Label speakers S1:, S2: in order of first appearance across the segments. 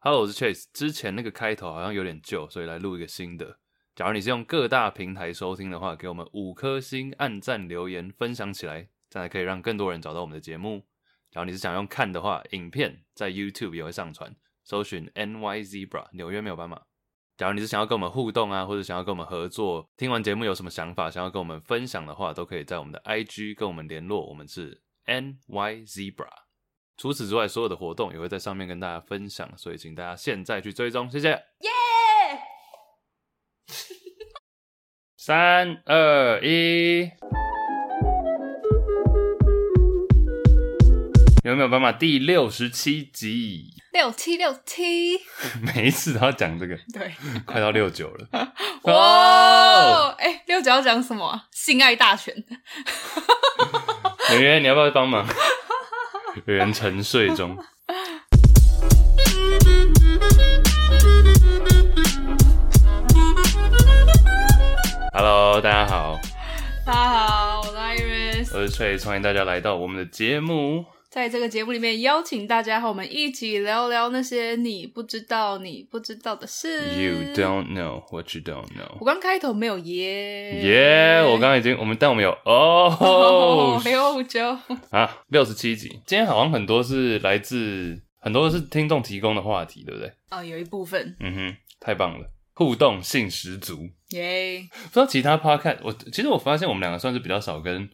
S1: Hello，我是 Chase。之前那个开头好像有点旧，所以来录一个新的。假如你是用各大平台收听的话，给我们五颗星、按赞、留言、分享起来，这样才可以让更多人找到我们的节目。假如你是想用看的话，影片在 YouTube 也会上传，搜寻 NY Zebra 纽约没有斑马。假如你是想要跟我们互动啊，或者想要跟我们合作，听完节目有什么想法，想要跟我们分享的话，都可以在我们的 IG 跟我们联络，我们是 NY Zebra。除此之外，所有的活动也会在上面跟大家分享，所以请大家现在去追踪，谢谢。
S2: 耶！
S1: 三二一，有没有办法？第六十七集，
S2: 六七六七，
S1: 每一次都要讲这个，
S2: 对，
S1: 快到六九了。哦
S2: 哇！哎，六九要讲什么啊？性爱大全，
S1: 圆圆，你要不要帮忙？圆圆沉睡中。Hello，大家好，
S2: 大家好，我是 Iris，
S1: 我是翠，欢迎大家来到我们的节目。
S2: 在这个节目里面邀请大家和我们一起聊聊那些你不知道、你不知道的事。
S1: You don't know what you don't
S2: 我
S1: know。
S2: 刚开头没有耶
S1: 耶、我刚刚已经我们但我们有哦
S2: 哦六九，
S1: 啊六十七集，今天好像很多是来自很多是听众提供的话题，对不对？
S2: 哦，有一部分
S1: 嗯哼，太棒了，互动性十足。
S2: 耶，
S1: 不知道其他 podcast，我其实我发现我们两个算是比较少跟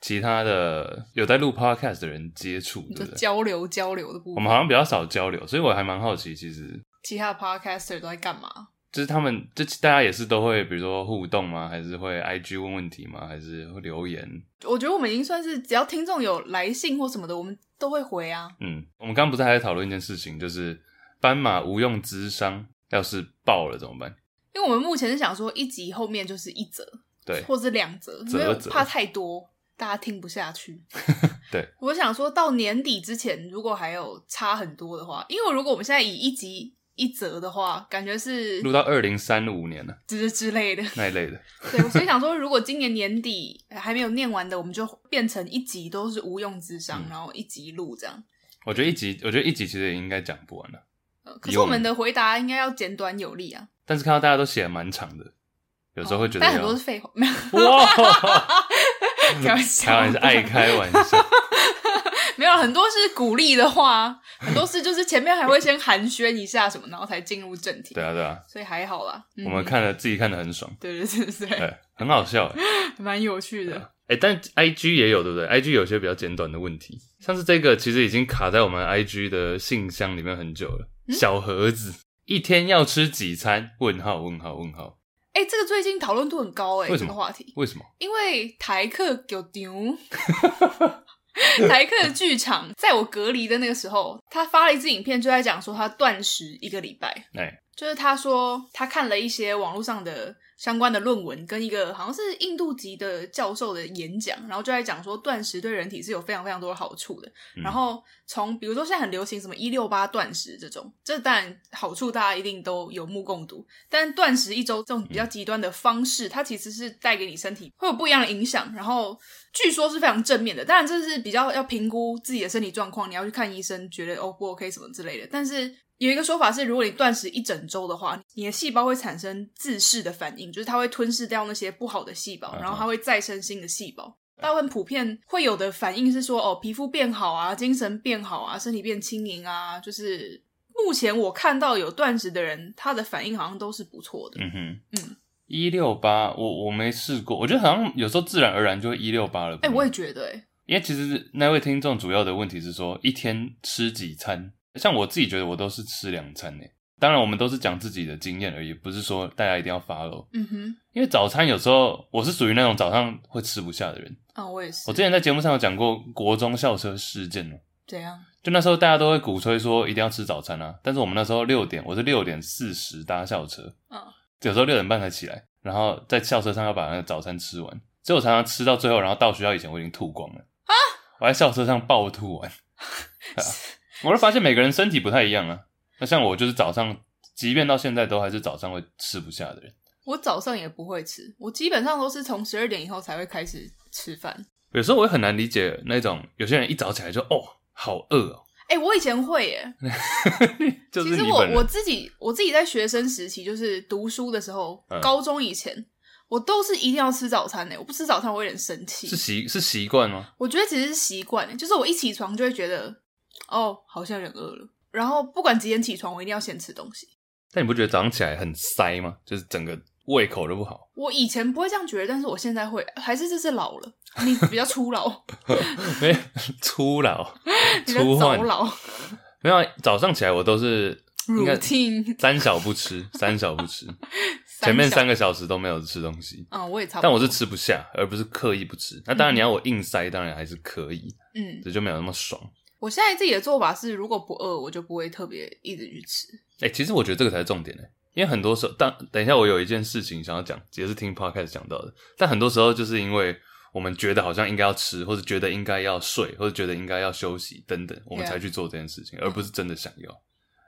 S1: 其他的有在录 podcast 的人接触，
S2: 你
S1: 对
S2: 就
S1: 不对？
S2: 交流交流的部
S1: 我
S2: 分
S1: 们。好像比较少交流，所以我还蛮好奇，其实
S2: 其他的 podcaster 都在干嘛？
S1: 就是他们，就大家也是都会，比如说互动吗？还是会 IG 问问题吗？还是会留言？
S2: 我觉得我们已经算是，只要听众有来信或什么的，我们都会回啊。
S1: 嗯，我们刚刚不是还在讨论一件事情，就是斑马无用之商要是爆了怎么办？
S2: 因为我们目前是想说一集后面就是一则，
S1: 对
S2: 或是两则，因
S1: 折
S2: 为
S1: 折。
S2: 怕太多大家听不下去
S1: 对，
S2: 我想说到年底之前，如果还有差很多的话，因为如果我们现在以一集一则的话，感觉是
S1: 录到二零三五年了
S2: 之之类的。
S1: 那一类的，
S2: 对，所以想说，如果今年年底呃还没有念完的，我们就变成一集都是无用之上，
S1: 嗯
S2: 然后一集录这样。
S1: 我觉得一集，我觉得一集其实也应该讲不完了，
S2: 呃可是
S1: 有
S2: 我们的回答应该要简短有力啊。
S1: 但是看到大家都写的蛮长的，有时候会觉得
S2: 哦但很
S1: 要
S2: 多是 废话， 没有
S1: 哇，
S2: 开玩笑，
S1: 开玩 笑，哎爱开玩笑。
S2: 没有，很多是鼓励的话，很多事就是前面还会先寒暄一下什么，然后才进入正题。
S1: 对啊，对啊，
S2: 所以还好啦。嗯
S1: 我们，看了自己看的很爽，
S2: 对对对对，
S1: 对，很好笑。哎
S2: 蛮有趣的。
S1: 哎，但 I G 也有对不对？I G 有些比较简短的问题，像是这个其实已经卡在我们 I G 的信箱里面很久了。
S2: 嗯
S1: 小盒子一天要吃几餐？问号问号问号？
S2: 哎、这个最近讨论度很高哎、
S1: 为什
S2: 这
S1: 么
S2: 个话题，
S1: 为什么？
S2: 因为台客有牛。台客的剧场，在我隔离的那个时候，他发了一支影片，就在讲说他断食一个礼拜，
S1: 哎，
S2: 就是他说他看了一些网络上的相关的论文，跟一个好像是印度籍的教授的演讲，然后就在讲说断食对人体是有非常非常多的好处的。
S1: 嗯
S2: 然后从比如说现在很流行什么一六八断食这种，这当然好处大家一定都有目共睹，但断食一周这种比较极端的方式，它其实是带给你身体会有不一样的影响，然后据说是非常正面的。当然这是比较要评估自己的身体状况，你要去看医生，觉得哦 O 不 OK 什么之类的。但是有一个说法是，如果你断食一整周的话，你的细胞会产生自噬的反应，就是它会吞噬掉那些不好的细胞
S1: 嗯，
S2: 然后它会再生新的细胞。大部分普遍会有的反应是说，哦，皮肤变好啊，精神变好啊，身体变轻盈啊，就是目前我看到有断食的人，他的反应好像都是不错的。
S1: 嗯哼，
S2: 嗯，
S1: 一六八，我我没试过，我觉得好像有时候自然而然就会一六八了。
S2: 哎、
S1: 不
S2: 我
S1: 吗
S2: 也觉得、哎，
S1: 因为其实那位听众主要的问题是说，一天吃几餐？像我自己觉得我都是吃两餐诶。当然，我们都是讲自己的经验而已，不是说大家一定要 follow。
S2: 嗯哼，
S1: 因为早餐有时候我是属于那种早上会吃不下的人。
S2: 啊，我也是。
S1: 我之前在节目上有讲过国中校车事件哦，
S2: 怎样？
S1: 就那时候大家都会鼓吹说一定要吃早餐啊，但是我们那时候六点，我是六点四十搭校车，
S2: 嗯，
S1: 有时候六点半才起来，然后在校车上要把那个早餐吃完，所以我常常吃到最后，然后到学校以前我已经吐光了啊！我在校车上暴吐完，对啊我就发现每个人身体不太一样啊。那像我就是早上，即便到现在都还是早上会吃不下的人。
S2: 我早上也不会吃，我基本上都是从十二点以后才会开始吃饭。
S1: 有时候我也很难理解那种有些人一早起来就哦好饿哦，
S2: 哎、我以前会耶，
S1: 就是
S2: 其实
S1: 你
S2: 我
S1: 本
S2: 我
S1: 人
S2: 自己我自己在学生时期，就是读书的时候，
S1: 嗯
S2: 高中以前，我都是一定要吃早餐的。我不吃早餐，我会有点生气
S1: 是。习是习惯吗？
S2: 我觉得其实是习惯欸耶，就是我一起床就会觉得，哦，好像有点饿了。然后不管几点起床，我一定要先吃东西。
S1: 但你不觉得早上起来很塞吗？就是整个胃口都不 好。
S2: 我以前不会这样觉得，但是我现在会，还是这是老了，你比较 粗老，
S1: 没有粗老，
S2: 你比较
S1: 粗
S2: 早
S1: 换
S2: 老
S1: 没有啊早上起来我都是应该
S2: ，routine
S1: 三小不吃，三小不吃，前面
S2: 小
S1: 三个小时都没有吃东西，
S2: 啊、我也差不多。
S1: 但我是吃不下，而不是刻意不吃。那当然你要我硬塞，当然还是可以，
S2: 嗯，
S1: 这就没有那么爽。
S2: 我现在自己的做法是，如果不饿，我就不会特别一直去吃。
S1: 哎、其实我觉得这个才是重点呢、因为很多时候，当等一下我有一件事情想要讲，也是听 podcast 讲到的，但很多时候就是因为我们觉得好像应该要吃，或者觉得应该要睡，或者觉得应该要休息等等，我们
S2: Yeah.
S1: 才去做这件事情，而不是真的想要。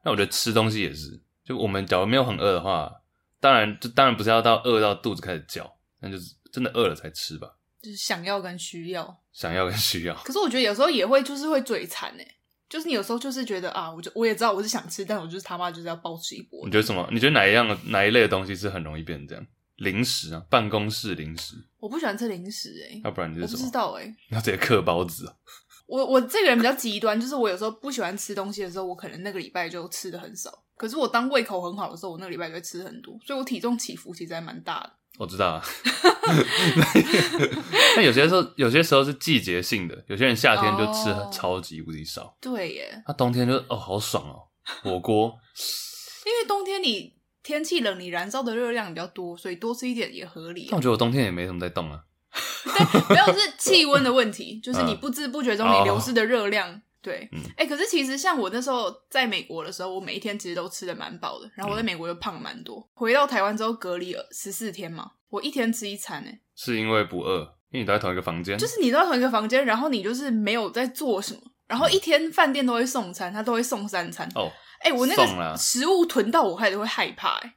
S1: 那我觉得吃东西也是，就我们假如没有很饿的话，当然就当然不是要到饿到肚子开始叫，那就是真的饿了才吃吧，
S2: 就是想要跟需要。
S1: 想要跟需要。
S2: 可是我觉得有时候也会就是会嘴馋哎、就是你有时候就是觉得啊，我就我也知道我是想吃，但我就是他妈就是要暴吃一波
S1: 你。觉得什么？你觉得哪一样的哪一类的东西是很容易变成这样？零食啊，办公室零食，
S2: 我不喜欢吃零食哎、
S1: 要不然你
S2: 我
S1: 是
S2: 不
S1: 什么
S2: 知？道哎、
S1: 那直接嗑包子啊。
S2: 我我这个人比较极端，就是我有时候不喜欢吃东西的时候，我可能那个礼拜就吃的很少。可是我当胃口很好的时候，我那个礼拜就会吃很多，所以我体重起伏其实还蛮大的。
S1: 我知道啊， 但有些时候，有些时候是季节性的，有些人夏天就吃
S2: 哦
S1: 超级无敌少，
S2: 对耶，
S1: 那、冬天就哦好爽哦，火锅
S2: 因为冬天你天气冷，你燃烧的热量比较多，所以多吃一点也合理
S1: 但
S2: 啊、
S1: 我觉得我冬天也没什么在动啊，
S2: 没有是气温的问题，就是你
S1: 嗯
S2: 不知不觉中你流失的热量。对，
S1: 嗯
S2: 哎、可是其实像我那时候在美国的时候，我每一天其实都吃的蛮饱的，
S1: 嗯
S2: 然后我在美国又胖蛮多。回到台湾之后隔离十四天嘛，我一天吃一餐、欸，
S1: 是因为不饿，因为你都在同一个房间，
S2: 就是你都在同一个房间，然后你就是没有在做什么，然后一天饭店都会送餐，他都会送三餐。
S1: 哦、
S2: 哎、我那
S1: 送啦
S2: 个食物囤到我开始会害怕、欸，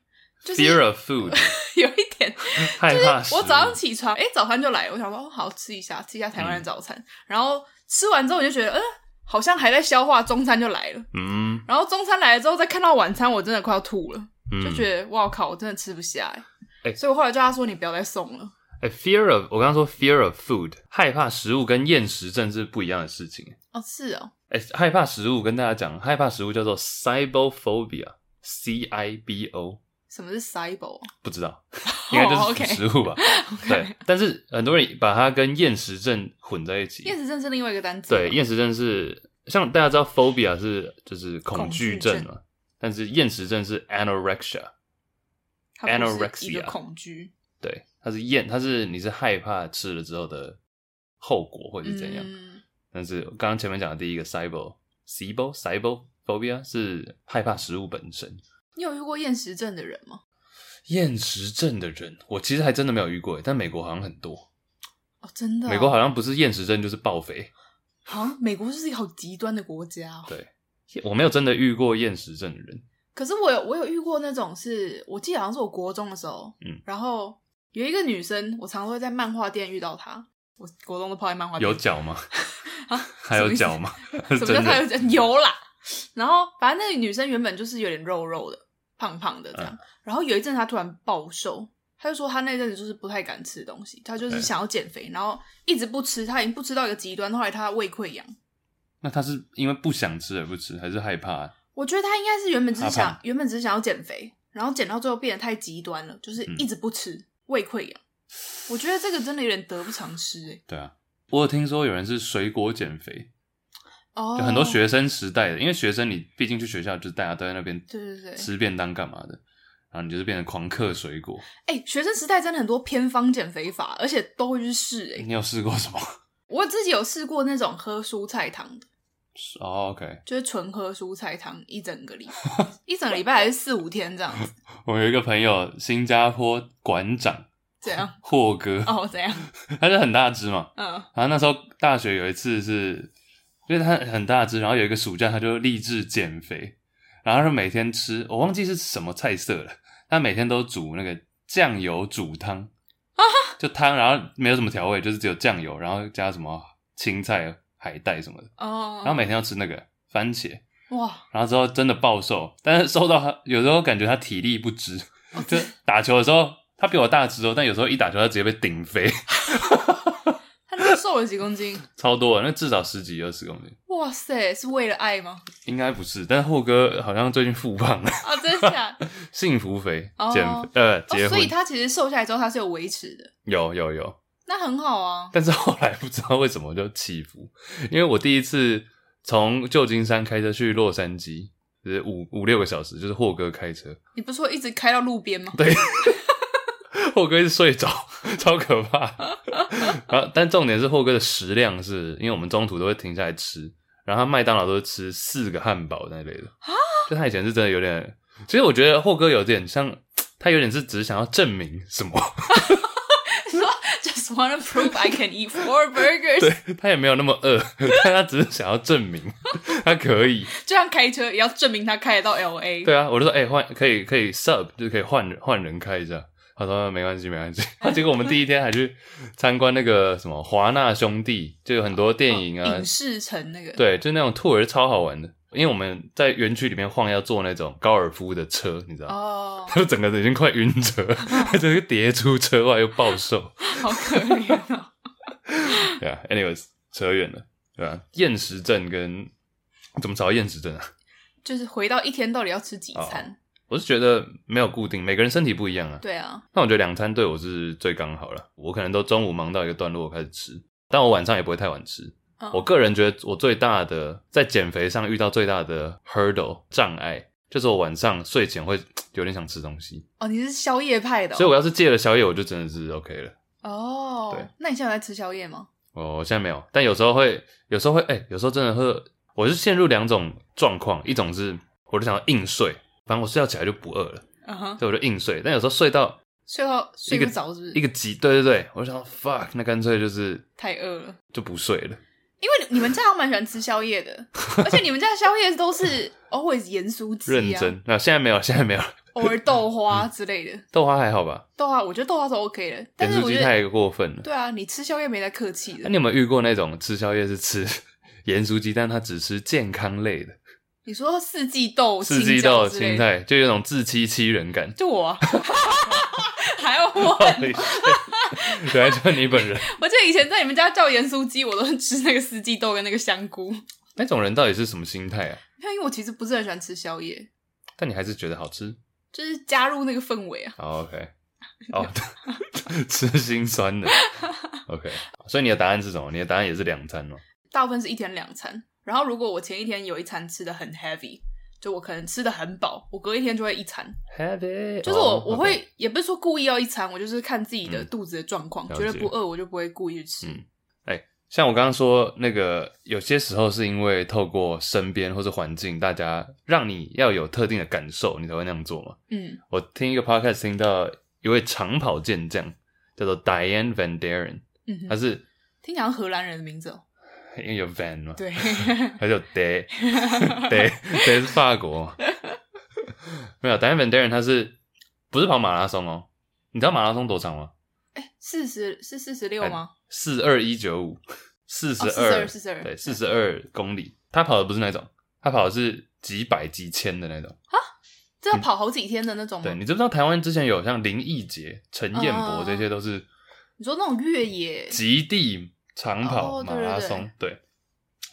S2: 就是
S1: fear of food，
S2: 有一点
S1: 害怕
S2: 我早上
S1: 食
S2: 起床，哎、早餐就来，我想说，哦，好吃一下，吃一下台
S1: 嗯
S2: 湾的早餐。然后吃完之后，我就觉得，嗯、好像还在消化，中餐就来了。
S1: 物，嗯
S2: 然后中餐来了之后，再看到晚餐，我真的快要吐了，
S1: 嗯，
S2: 就觉得，哇靠，我真的吃不下、哎、
S1: 哎
S2: 所以我后来叫他说，你不要再送了。
S1: 哎、fear of，我刚刚说 fear of food，害怕食物跟厌食症是不一样的事情，
S2: 哦，是哦，
S1: 哎、害怕食物跟大家讲，害怕食物叫做 cybophobia，c i b o。
S2: 什么是哦 cybo？
S1: 不知道， 应该就是
S2: 哦 OK
S1: 食 物吧。对，但是很多人把它跟厌食症混在一起。
S2: 厌食症是另外一个单词吗。
S1: 对，厌食症是像大家知道，phobia 是就是恐惧症
S2: 恐惧
S1: 嘛，但是厌食症是 anorexia，
S2: 它不是一个
S1: anorexia
S2: 恐惧，
S1: 对，它是厌，它是你是害怕吃了之后的后果会是怎样。
S2: 嗯
S1: 但是刚刚前面讲的第一个 cybo cybo cybo phobia 是害怕食物本身。
S2: 你有遇过厌食症的人吗？
S1: 厌食症的人，我其实还真的没有遇过，但美国好像很多。
S2: 哦，真的哦、
S1: 美国好像不是厌食症就是暴肥，
S2: 好像美国就是一个好极端的国家、哦。
S1: 对，我没有真的遇过厌食症的人。
S2: 可是我有我有遇过那种是，我记得好像是我国中的时候，
S1: 嗯，
S2: 然后有一个女生，我常常会在漫画店遇到她。我国中都泡在漫画店，
S1: 有脚 吗？
S2: 啊
S1: 还有脚吗？ 是
S2: 什么叫
S1: 真
S2: 她
S1: 的
S2: 有有啦？然后反正那个女生原本就是有点肉肉的、胖胖的这
S1: 嗯
S2: 样，然后有一阵她突然暴瘦，她就说她那阵子就是不太敢吃东西，她就是
S1: 对
S2: 想要减肥，然后一直不吃，她已经不吃到一个极端，后来她胃溃疡。
S1: 那他是因为不想吃而不吃，还是害怕？
S2: 我觉得她应该是原本只是
S1: 她胖
S2: 想，原本只是想要减肥，然后减到最后变得太极端了，就是
S1: 嗯
S2: 一直不吃，胃溃疡。我觉得这个真的有点得不偿失哎、
S1: 对啊，我有听说有人是水果减肥，
S2: 哦，
S1: 就很多学生时代的，因为学生你毕竟去学校就是大家都在那边
S2: 对对对，
S1: 吃便当干嘛的，然后你就是变成狂嗑水果。
S2: 哎、学生时代真的很多偏方减肥法，而且都会去试哎、
S1: 你有试过什么？
S2: 我自己有试过那种喝蔬菜汤的，
S1: 哦，OK，
S2: 就是纯喝蔬菜汤一整个礼拜，一整个礼拜还是四五天这样子，
S1: 我有一个朋友，新加坡馆长
S2: 这样
S1: 霍哥，
S2: 哦这样，
S1: 他是很大只嘛，
S2: 嗯，
S1: 然后那时候大学有一次是，因为他很大只，然后有一个暑假他就立志减肥，然后他就每天吃，我忘记是什么菜色了，他每天都煮那个酱油煮汤，就汤，然后没有什么调味，就是只有酱油，然后加什么青菜、海带什么的，
S2: 哦，
S1: 然后每天要吃那个，番茄，
S2: 哇，
S1: 然后之后真的暴瘦，但是瘦到他有时候感觉他体力不支，就打球的时候他比我大只哦，但有时候一打球他直接被顶飞，
S2: 他那时候瘦了几公斤？
S1: 超多的，那至少十几二十公斤，
S2: 哇塞，是为了爱吗？
S1: 应该不是。但是霍哥好像最近复胖了，
S2: 啊，真假？
S1: 幸福肥
S2: 哦，
S1: 减、呃
S2: 哦
S1: 结，
S2: 所
S1: 婚、
S2: 以他其实瘦下来之后，他是有维持的，
S1: 有有有，
S2: 那很好啊。
S1: 但是后来不知道为什么就起伏，因为我第一次从旧金山开车去洛杉矶，就是五五六个小时，就是霍哥开车，
S2: 你不是说一直开到路边吗？
S1: 霍哥一直睡着，超可怕。 然后，但重点是霍哥的食量是，因为我们中途都会停下来吃，然后他麦当劳都是吃四个汉堡那类的就他以前是真的有点，其实我觉得霍哥有点像，他有点是只是想要证明什么，
S2: Just wanna prove I can eat four burgers，
S1: 他也没有那么饿， 但他只是想要证明 他可以。
S2: 就像开车也要证明他开得到 L A。
S1: 对啊，我就说，哎、换可以可以 sub，就是可以换人换人开一下。他说啊没关系，没关系。 他结果我们第一天还去参观那个什么华纳兄弟，就有很多电影啊，
S2: 影视城那个，
S1: 对，就那种 tour 超好玩的。因为我们在园区里面晃，要坐那种高尔夫的车，你知道吗，
S2: 哦，
S1: 他就 整个人已经快晕车，他 整个跌出车外又暴瘦。
S2: 好可怜哦。
S1: 对啊，anyways，扯远了，对吧、厌食症跟怎么找到厌食症啊？
S2: 就是回到一天到底要吃几餐？
S1: 我是觉得没有固定，每个人身体不一样啊。
S2: 对啊，
S1: 那我觉得两餐对我是最刚好了。我可能都中午忙到一个段落我开始吃，但我晚上也不会太晚吃。
S2: 嗯
S1: 我个人觉得我最大的在减肥上遇到最大的 hurdle 障碍，就是我晚上睡前会有点想吃东西，
S2: 哦，你是宵夜派的哦，
S1: 所以我要是戒了宵夜，我就真的是 OK 了。
S2: 哦
S1: 对，
S2: 那你现在有在吃宵夜吗？
S1: 哦我现在没有，但有时候会，有时候会，哎、有时候真的会，我是陷入两种状况，一种是我就想要硬睡，反正我睡觉起来就不饿了，
S2: 嗯哼，
S1: 所以我就硬睡。但有时候睡到
S2: 睡到睡不着是不是？
S1: 一个极，对对对，我就想 fuck，那干脆就是
S2: 太饿了，
S1: 就不睡了。
S2: 因为你你们家好像蛮喜欢吃宵夜的，而且你们家的宵夜 都是 always 盐酥鸡、啊，
S1: 认真，嗯那、现在没有，现在没有了。
S2: 偶尔豆花之类的。
S1: 豆花还好吧？
S2: 豆花，我觉得豆花是 OK 的，但
S1: 盐
S2: 是
S1: 酥
S2: 我
S1: 鸡
S2: 觉得
S1: 太过分了。
S2: 对啊，你吃宵夜没在客气
S1: 那、
S2: 的。
S1: 你有没有遇过那种吃宵夜是吃 盐酥鸡，但他只吃健康类的，
S2: 你说四季豆、
S1: 四季豆、
S2: 青椒之类
S1: 青
S2: 的，。
S1: 菜，就有种自欺欺人感
S2: 就 我啊、还要我。
S1: Holy shit 原来就是你本人，
S2: 我记得以前在你们家叫盐酥鸡，我都是吃那个四季豆跟那个香菇。
S1: 那种人到底是什么心态啊？
S2: 因为我其实不是很喜欢吃宵夜，
S1: 但你还是觉得好吃。
S2: 就是加入那个氛围啊。
S1: 好 OK，哦， 吃心酸的。OK，所以你的答案是什么？你的答案也是两餐哦。
S2: 大部分是一天两餐。然后如果我前一天有一餐吃的很 heavy，就我可能吃的很饱，我隔一天就会一餐。
S1: Have it，
S2: 就是我、
S1: 哦
S2: 我
S1: OK 嗯
S2: 会也不是说故意要一餐，我就是看自己的肚子的状况，
S1: 了
S2: 觉得
S1: 解
S2: 不饿我就不会故意去吃。
S1: 嗯像我刚刚说那个，有些时候是因为透过身边或是环境，大家让你要有特定的感受，你才会那样做嘛。
S2: 嗯
S1: 我听一个 podcast 听到一位长跑健将叫做 Diane Van Deren，
S2: 嗯哼
S1: 他是
S2: 听起来像荷兰人的名 字哦。
S1: 因为有 Van 嘛，
S2: 对，
S1: 他叫 Day Day Day 是法国嘛，没有 Diane Van Deren 他是不是跑马拉松哦？你知道马拉松多长吗？
S2: 哎，四十是四十六吗？
S1: 四二一九五，哎四十
S2: 哦，四十
S1: 二
S2: 二，，四十二，
S1: 对，四十二公里。他跑的不是那种，他跑的是几百几千的那种。
S2: 这要跑好几天的那种吗
S1: 对，？你知不知道台湾之前有像林奕杰、陈彦
S2: 嗯嗯
S1: 博
S2: 嗯
S1: 这些都是
S2: 你说那种越野，
S1: 极地长跑
S2: 哦
S1: 马
S2: 对对
S1: 拉松？对。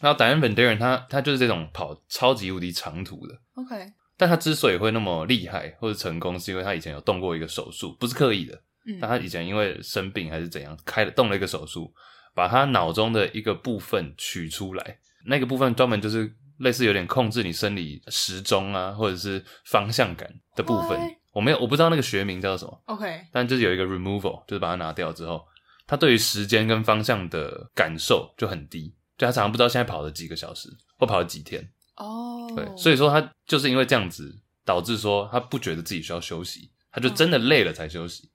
S1: 然后达恩本德人他他就是这种跑超级无敌长途的，
S2: OK，
S1: 但他之所以会那么厉害或者成功，是因为他以前有动过一个手术，不是刻意的。
S2: 嗯
S1: 但他以前因为生病还是怎样，开了动了一个手术，把他脑中的一个部分取出来，那个部分专门就是类似有点控制你生理时钟啊，或者是方向感的部分
S2: Why？。
S1: 我没有，我不知道那个学名叫什么，
S2: ，OK，
S1: 但就是有一个 removal，就是把它拿掉之后，他对于时间跟方向的感受就很低，就他常常不知道现在跑了几个小时或跑了几天。
S2: 哦，
S1: 对，所以说他就是因为这样子，导致说他不觉得自己需要休息，他就真的累了才休息。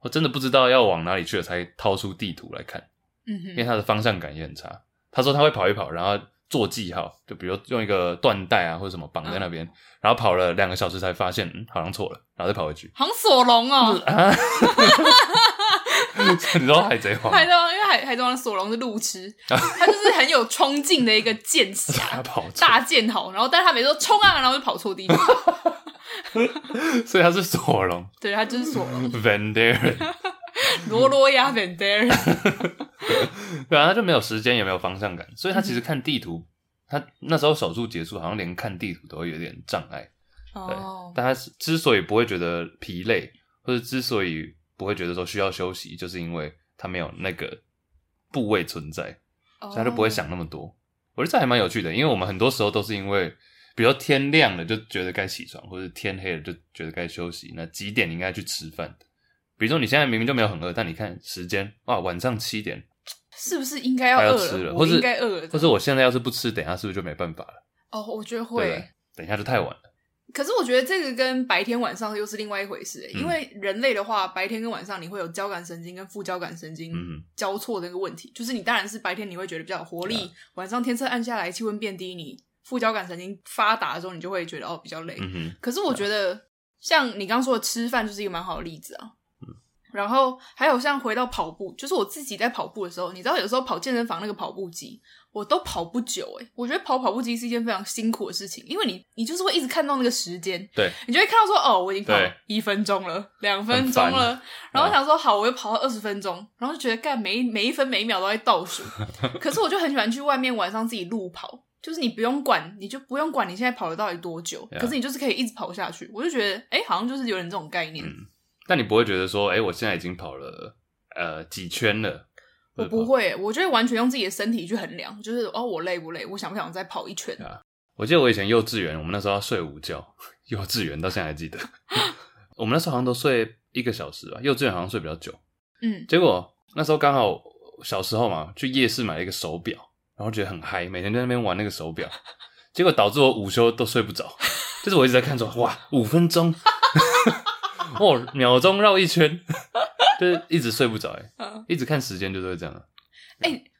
S1: 我真的不知道要往哪里去了，才掏出地图来看，
S2: 嗯
S1: 因为
S2: 哼，
S1: 他的方向感也很差。他说他会跑一跑，然后做记号，就比如用一个缎带啊或者什么绑在那边，
S2: 嗯
S1: 然后跑了两个小时 才发现，嗯，好像错了，然后再跑回去。
S2: 好像索隆哦，
S1: 啊，你知道海贼王吗
S2: 海贼王，因为海海贼王的索隆是 路痴，他就是很有冲劲的一个剑侠
S1: 他，跑错，
S2: 大剑豪，然后但是他每次都冲啊，然后就跑 错地方，
S1: 所以他是索隆
S2: 对他就是索隆，
S1: Van Daren，
S2: 罗罗亚 Van d e r
S1: 对啊，他就没有时间，也没有方向感，所以他其实看地图，他那时候手术结束，好像连看地图都会有点障碍。对，
S2: 哦，
S1: 但他是之所以不会觉得疲累，或者之所以不会觉得说需要休息，就是因为他没有那个部位存在，所以他就不会
S2: 哦
S1: 想那么多。我觉得这还蛮有趣的，因为我们很多时候都是因为，比如说天亮了就觉得该起床，或者天黑了就觉得该休息，那几点应该去吃饭？比如说你现在明明就没有很饿，但你看时间，哇，晚上七点，
S2: 是不是应该要
S1: 快要
S2: 饿
S1: 吃了，
S2: 我
S1: 或
S2: 应
S1: 是
S2: 该饿了，
S1: 或是我现在要是不吃，等一下是不是就没办法了？
S2: 哦，我觉得
S1: 对不
S2: 会
S1: 对。，等一下就太晚了。
S2: 可是我觉得这个跟白天晚上又是另外一回事，欸
S1: 嗯
S2: 因为人类的话，白天跟晚上你会有交感神经跟副交感神经
S1: 嗯
S2: 交错的一个问题，就是你当然是白天你会觉得比较有活
S1: 啊
S2: 力，晚上天色暗下来，气温变低，你副交感神经发达的时候，你就会觉得哦比较累。
S1: 嗯哼，
S2: 可是我觉得像你刚刚说的吃饭就是一个蛮好的例子啊。
S1: 嗯
S2: 然后还有像回到跑步，就是我自己在跑步的时候，你知道有时候跑健身房那个跑步机，我都跑不久诶、我觉得跑跑步机是一件非常辛苦的事情，因为你你就是会一直看到那个时间，
S1: 对，
S2: 你就会看到说哦，我已经跑
S1: 对
S2: 一分钟了，两分钟
S1: 很
S2: 了，然后
S1: 嗯
S2: 想说好，我又跑到二十分钟，然后就觉得干每一每一分每一秒都在 倒数。可是我就很喜欢去外面晚上自己路跑，就是你不用管，你就不用管你现在跑了到底多久
S1: Yeah
S2: 可是你就是可以一直跑下去。我就觉得哎、诶好像就是有点这种概念。
S1: 嗯但你不会觉得说，哎、我现在已经跑了呃几圈了，
S2: 我不。会，我就会完全用自己的身体去衡量，就是哦，我累不累，我想不想再跑一圈？
S1: 我记得我以前幼稚园，我们那时候要睡午觉， 幼稚园到现在还记得， 我们那时候好像都睡一个小时吧，幼稚园好像睡比较久。
S2: 嗯，
S1: 结果那时候刚好小时候嘛，去夜市买了一个手表，然后觉得很嗨，每天在那边玩那个手表， 结果导致我午休都睡不着，就是我一直在看说，哇，五分钟， 哦，秒钟绕一圈，就是一直睡不着，哎
S2: 嗯，
S1: 一直看时间就是会这样啊。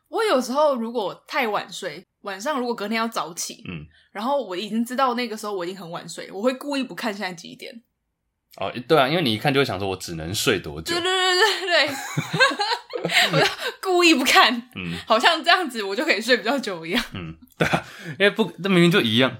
S2: 我有时候如果太晚睡，晚上如果隔天要早起，
S1: 嗯，
S2: 然后我已经知道那个时候我已经很晚睡，我会故意不看现在几点。
S1: 哦，对啊，因为你一看就会想说，我只能睡多久
S2: 对？对对对对， 我就故意不看，
S1: 嗯
S2: 好像这样子我就可以睡比较久一样。
S1: 嗯，对啊，因为不，这明明就一 样。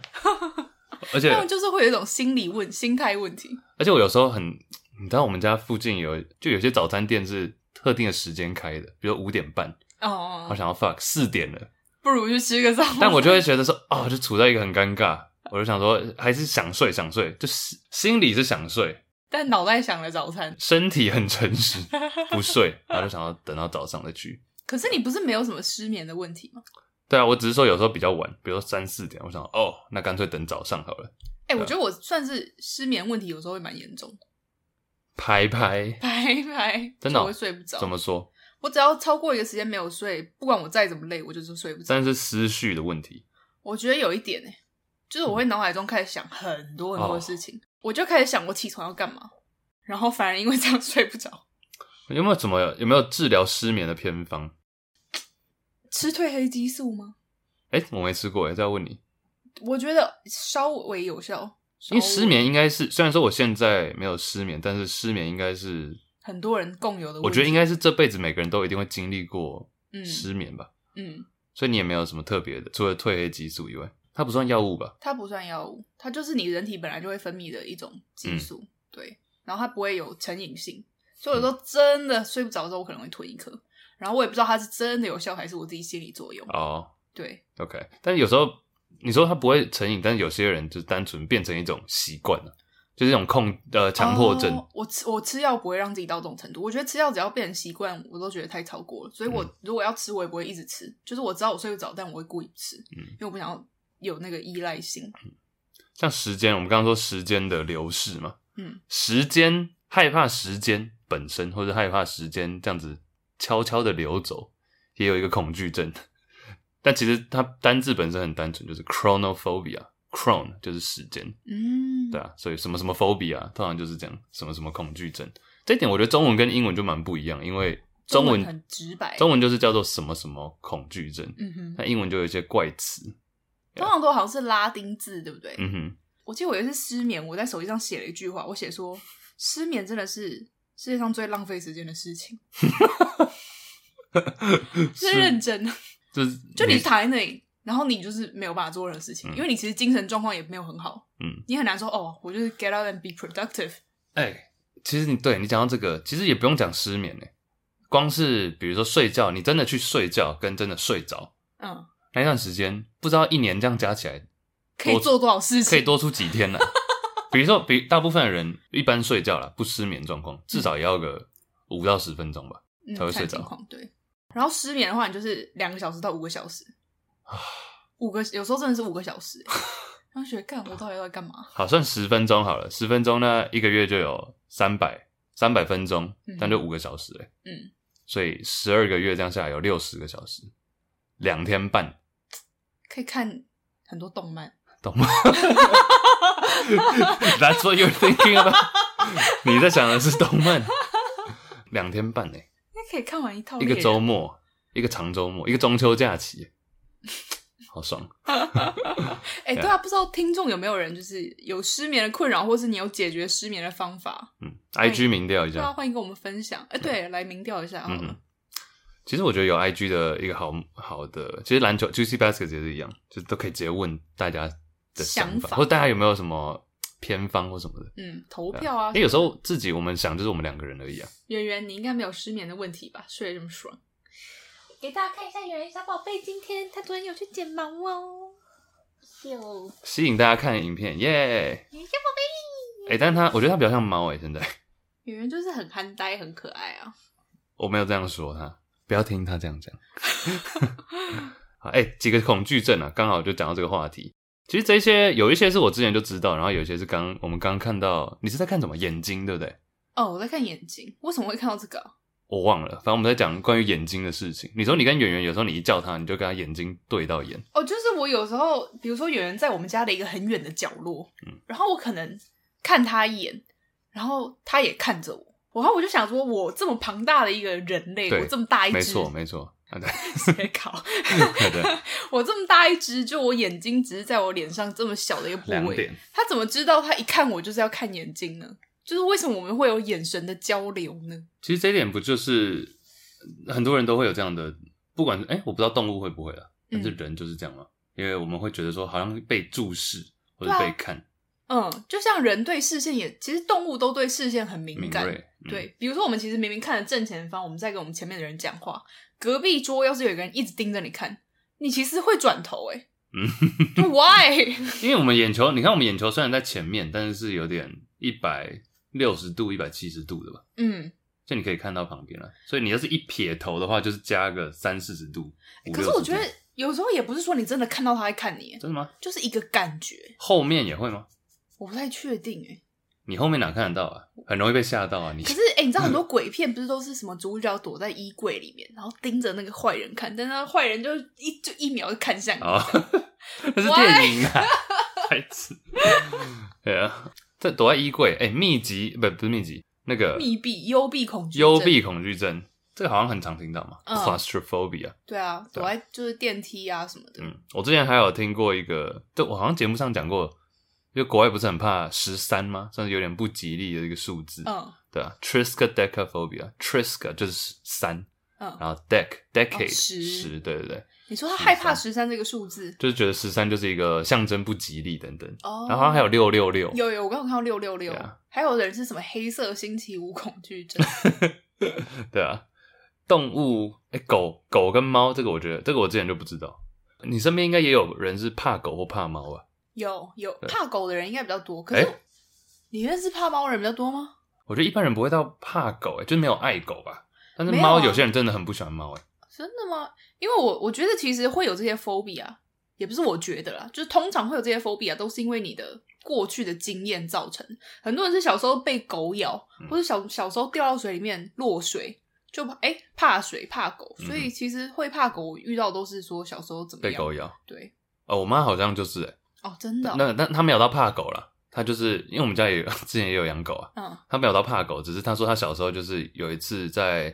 S1: 而且
S2: 他们就是会有一种心理问、心态问题。
S1: 而且我有时候很，你知道我们家附近有就有些早餐店是特定的时间开的，比如五点半，我
S2: 哦，
S1: 想要 fuck 四点了，
S2: 不如去吃个早餐。
S1: 但我就会觉得说，哦，就处在一个很尴尬，我就想说还是想睡想睡，就是心里是想睡，
S2: 但脑袋想了早餐。
S1: 身体很诚实，不睡，然后就想要等到早上再去。
S2: 可是你不是没有什么失眠的问题吗？
S1: 对啊，我只是说有时候比较晚，比如说三四点，我想哦，那干脆等早上好了，
S2: 哎、我觉得我算是失眠问题，有时候会蛮严 重。
S1: 拍拍。
S2: 拜拜，
S1: 真的哦
S2: 我会睡不着。
S1: 怎么？说？
S2: 我只要超过一个时间没有睡，不管我再怎么累，我就是睡不着。
S1: 但是思绪的问题，
S2: 我觉得有一点呢、欸就是
S1: 嗯
S2: 我会脑海中开始想很多
S1: 哦
S2: 很多的事情，我就开始想我起床要干嘛，然后反而因为这样 睡不着，
S1: 有没有什么有没有治疗失眠的偏方？
S2: 吃褪黑激素吗？
S1: 哎、我没吃过哎，再问你，
S2: 我觉得稍微有效，
S1: 因为
S2: 稍微
S1: 失眠应该是，虽然说我现在没有失眠，但是失眠应该是，
S2: 很多人共有的问题，
S1: 我觉得应该是这辈子每个人都一定会经历过
S2: 嗯
S1: 失眠吧。
S2: 嗯，
S1: 所以你也没有什么特别的，除了褪黑激素以外，它不算药物吧？
S2: 它不算药物，它就是你人体本来就会分泌的一种
S1: 嗯
S2: 激素，对，然后它不会有成瘾性，所以
S1: 嗯
S2: 有时候真的睡不着的时候，我可能会吞一颗，然后我也不知道它是真的有效还是我自己心理作用，
S1: 哦、
S2: 对，
S1: o k 但是有时候你说它不会成瘾，但是有些人就单纯变成一种习惯了，就是一种控呃强迫症。
S2: 哦我吃我吃药不会让自己到这种程度，我觉得吃药只要变成习惯，我都觉得太超过了。所以我
S1: 嗯
S2: 如果要吃，我也不会一直吃，就是我知道我睡不着，但我会故意吃，
S1: 嗯
S2: 因为我不想要有那个依赖性。
S1: 像时间，我们刚刚说时间的流逝嘛，
S2: 嗯，
S1: 时间害怕时间本身，或者害怕时间这样子悄悄的流走，也有一个恐惧症。 但其实它单字本身很单纯，就是 chronophobia，chron 就是时间，
S2: 嗯，
S1: 对啊，所以什么什么 phobia 通常就是这样，什么什么恐惧症。这一点我觉得中文跟英文就蛮不一样，因为中文
S2: 很直白，
S1: 中文就是叫做什么什么恐惧症，
S2: 嗯哼，
S1: 那英文就有一些怪词。
S2: 通常都好像是拉丁字，对不对？
S1: 啊嗯哼，
S2: 我记得我有一次失眠，我在手机上写了一句话，我写说失眠真的是世界上最浪费时间的 事情， 是认真的。
S1: 就是
S2: 就
S1: 没
S2: 你躺在那里，然后你就是没有办法做任何事情，
S1: 嗯
S2: 因为你其实精神状况也没有很好，
S1: 嗯，
S2: 你很难说哦，我就是 get out and be productive。
S1: 哎、其实你对你讲到这个，其实也不用讲失眠呢、光是比如说睡觉，你真的去睡觉跟真的睡着
S2: 嗯，
S1: 那段时间，不知道一年这样加起来
S2: 可以
S1: 多
S2: 做多少事情？
S1: 可以多出几天呢、 比如说，比大部分的人一般睡觉啦，不失眠状况，至少也要个五到十分钟吧。
S2: 嗯
S1: 才会睡
S2: 看
S1: 着
S2: 情况对，然后失眠的话，你就是两个小时到五个小时，
S1: 啊
S2: 五个有时候真的是五个小时、欸然后觉得干，我到底在干嘛？
S1: 好，算十分钟好了，十分钟呢，一个月就有三百三百分钟
S2: 嗯，
S1: 但就五个小时哎、
S2: 嗯，
S1: 所以十二个月这样下来有六十个小时，两天半，
S2: 可以看很多动漫，
S1: 懂吗 ？That's what you're thinking about 。你在想的是动漫，两天半哎、
S2: 应该可以看完一套
S1: 一
S2: 猎人。
S1: 个周末，哦一个长周末，一个中秋假期，好爽。
S2: 哎、对啊，不知道听众有没有人就是有失眠的困扰，或是你有解决失眠的方法？
S1: 嗯，IG 民调一
S2: 对啊，
S1: 下，
S2: 欢迎跟我们分享。哎、对，来民调一下好
S1: 嗯
S2: 了。
S1: 哼。其实我觉得有 IG 的一个好好的，其实篮球 Juicy Basket 也是一样，就都可以直接问大家的想
S2: 想法
S1: 法，或者大家有没有什么偏方或什么的。
S2: 嗯，投票啊
S1: 因为，哎有时候自己我们想就是我们两个人而已啊，
S2: 圆圆，你应该没有失眠的问题吧？睡得这么爽，
S3: 给大家看一下圆圆小宝贝，今天他昨天有去剪毛哦。有，
S1: 吸引大家看影片，耶！
S3: 圆圆小宝
S1: 哎，但是它我觉得它比较像猫哎，现在
S2: 圆圆就是很憨呆，很可爱啊。
S1: 我没有这样说它，不要听它这样讲。 好，哎，几个恐惧症啊，刚好就讲到这个话题。其实这些有一些是我之前就知道，然后有一些是刚我们刚看到，你是在看什么眼睛对不对？
S2: 哦，我在看眼睛，为什么会看到这个啊？
S1: 我忘了，反正我们在讲关于眼睛的事情。你说你跟圆圆有时候你一叫他，你就跟他眼睛对到眼，
S2: 哦，就是我有时候，比如说有人在我们家的一个很远的角落，
S1: 嗯
S2: 然后我可能看他一眼，然后他也看着我，然后我就想说，我这么庞大的一个人类，
S1: 对
S2: 我这么大一只，
S1: 没错 没错啊，对
S2: 写考，
S1: 对对，
S2: 我这么大一只，就我眼睛只是在我脸上这么小的一个部
S1: 两
S2: 位，
S1: 点。
S2: 他怎么知道他一看我就是要看眼睛呢？就是为什么我们会有眼神的交流呢？
S1: 其实这一点不就是很多人都会有这样的，不管是哎、我不知道动物会不会啦，
S2: 嗯
S1: 但是人就是这样嘛，因为我们会觉得说好像被注视或者
S2: 对啊
S1: 被看，
S2: 嗯，就像人对视线也，其实动物都对视线很敏
S1: 敏
S2: 感，
S1: 锐，嗯，
S2: 对，比如说我们其实明明看着正前方，我们在跟我们前面的人讲话，隔壁桌要是有一个人一直盯着你看，你其实会转头、欸，哎，
S1: 嗯，
S2: 就 why？
S1: 因为我们眼球，你看我们眼球虽然在前面，但是是有点一百六十度、一百七十度的吧，
S2: 嗯，
S1: 就你可以看到旁边了。所以你要是一撇头的话，就是加个三四十度。
S2: 可是
S1: 50-60
S2: 我觉得有时候也不是说你真的看到他在看你，
S1: 真的吗？
S2: 就是一个感觉，
S1: 后面也会吗？
S2: 我不太确定、欸，
S1: 你后面哪看得到啊？很容易被吓到啊！你
S2: 可是哎、欸你知道很多鬼片不是都是什么主角躲在衣柜里面，然后盯着那个坏人看，但那坏人就一就一秒就看向你，
S1: 啊，那是电影啊，白痴。对啊，这躲在衣柜，哎、密集不不是密集，那个
S2: 密闭幽闭恐惧，
S1: 幽闭，恐惧症，这个好像很常听到嘛、
S2: 嗯
S1: c l a u s t r o p h o b i a
S2: 对啊，躲在就是电梯啊什么的，
S1: 嗯，我之前还有听过一个，对我好像节目上讲过，就国外不是很怕十三吗？算是有点不吉利的一个数字。
S2: 嗯
S1: 对啊，Triska Decaphobia，Triska 就是三，
S2: 嗯，
S1: 然后 Dec decade
S2: 十
S1: 十，对对对，
S2: 你说他
S1: 13
S2: 害怕十三这个数字
S1: 就是觉得十三就是一个象征不吉利等等，
S2: 哦，
S1: 然后好像还有六六六，
S2: 有有，我刚刚有看到六六六
S1: 对啊，
S2: 还有人是什么黑色星期五恐惧症，
S1: 对啊，动物哎、狗狗跟猫这个我觉得这个我之前就不知道，你身边应该也有人是怕狗或怕猫吧？
S2: 有有
S1: 对
S2: 怕狗的人应该比较多，可是
S1: 哎
S2: 你认识怕猫的人比较多吗？
S1: 我觉得一般人不会到怕狗、哎，就是没有爱狗吧。但是
S2: 没有
S1: 猫，
S2: 啊
S1: 有些人真的很不喜欢猫、哎，
S2: 真的吗？因为我我觉得其实会有这些 phobia，也啊不是我觉得啦，就是通常会有这些 phobia 都是因为你的过去的经验造成。很多人是小时候被狗咬，
S1: 嗯
S2: 或者小小时候掉到水里面落水，就怕哎、怕水怕狗，所以
S1: 嗯
S2: 其实会怕狗。我遇到都是说小时候怎么
S1: 被
S2: 样
S1: 狗咬。
S2: 对
S1: 哦，我妈好像就是、哎
S2: 哦，真的哦、
S1: 那那她没有到怕狗啦，她就是因为我们家也有 之前也有养狗啊，
S2: 嗯
S1: 他没有到怕狗，只是他说他小时候就是有一次在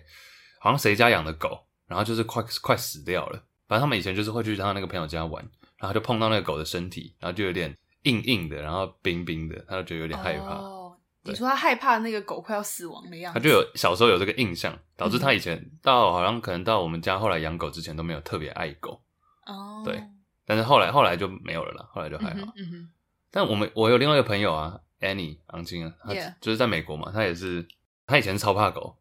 S1: 好像谁家养的狗，然后就是快快死掉了。反正他们以前就是会去他那个朋友家玩，然后就碰到那个狗的身体，然后就有点硬硬的，然后冰冰的，他就觉得有点害怕。
S2: 哦你
S1: 对
S2: 说他害怕那个狗快要死亡的样
S1: 他
S2: 子，
S1: 就有小时候有这个印象，导致他以前
S2: 嗯
S1: 到好像可能到我们家后来养狗之前都没有特别爱狗，
S2: 哦，
S1: 对但是后来后来就没有了啦，后来就还
S2: 嗯
S1: 好。
S2: 哼，嗯哼，
S1: 但我们我有另外一个朋友啊，Annie 昂金啊，他
S2: Yeah
S1: 就是在美国嘛，他也是他以前超怕狗，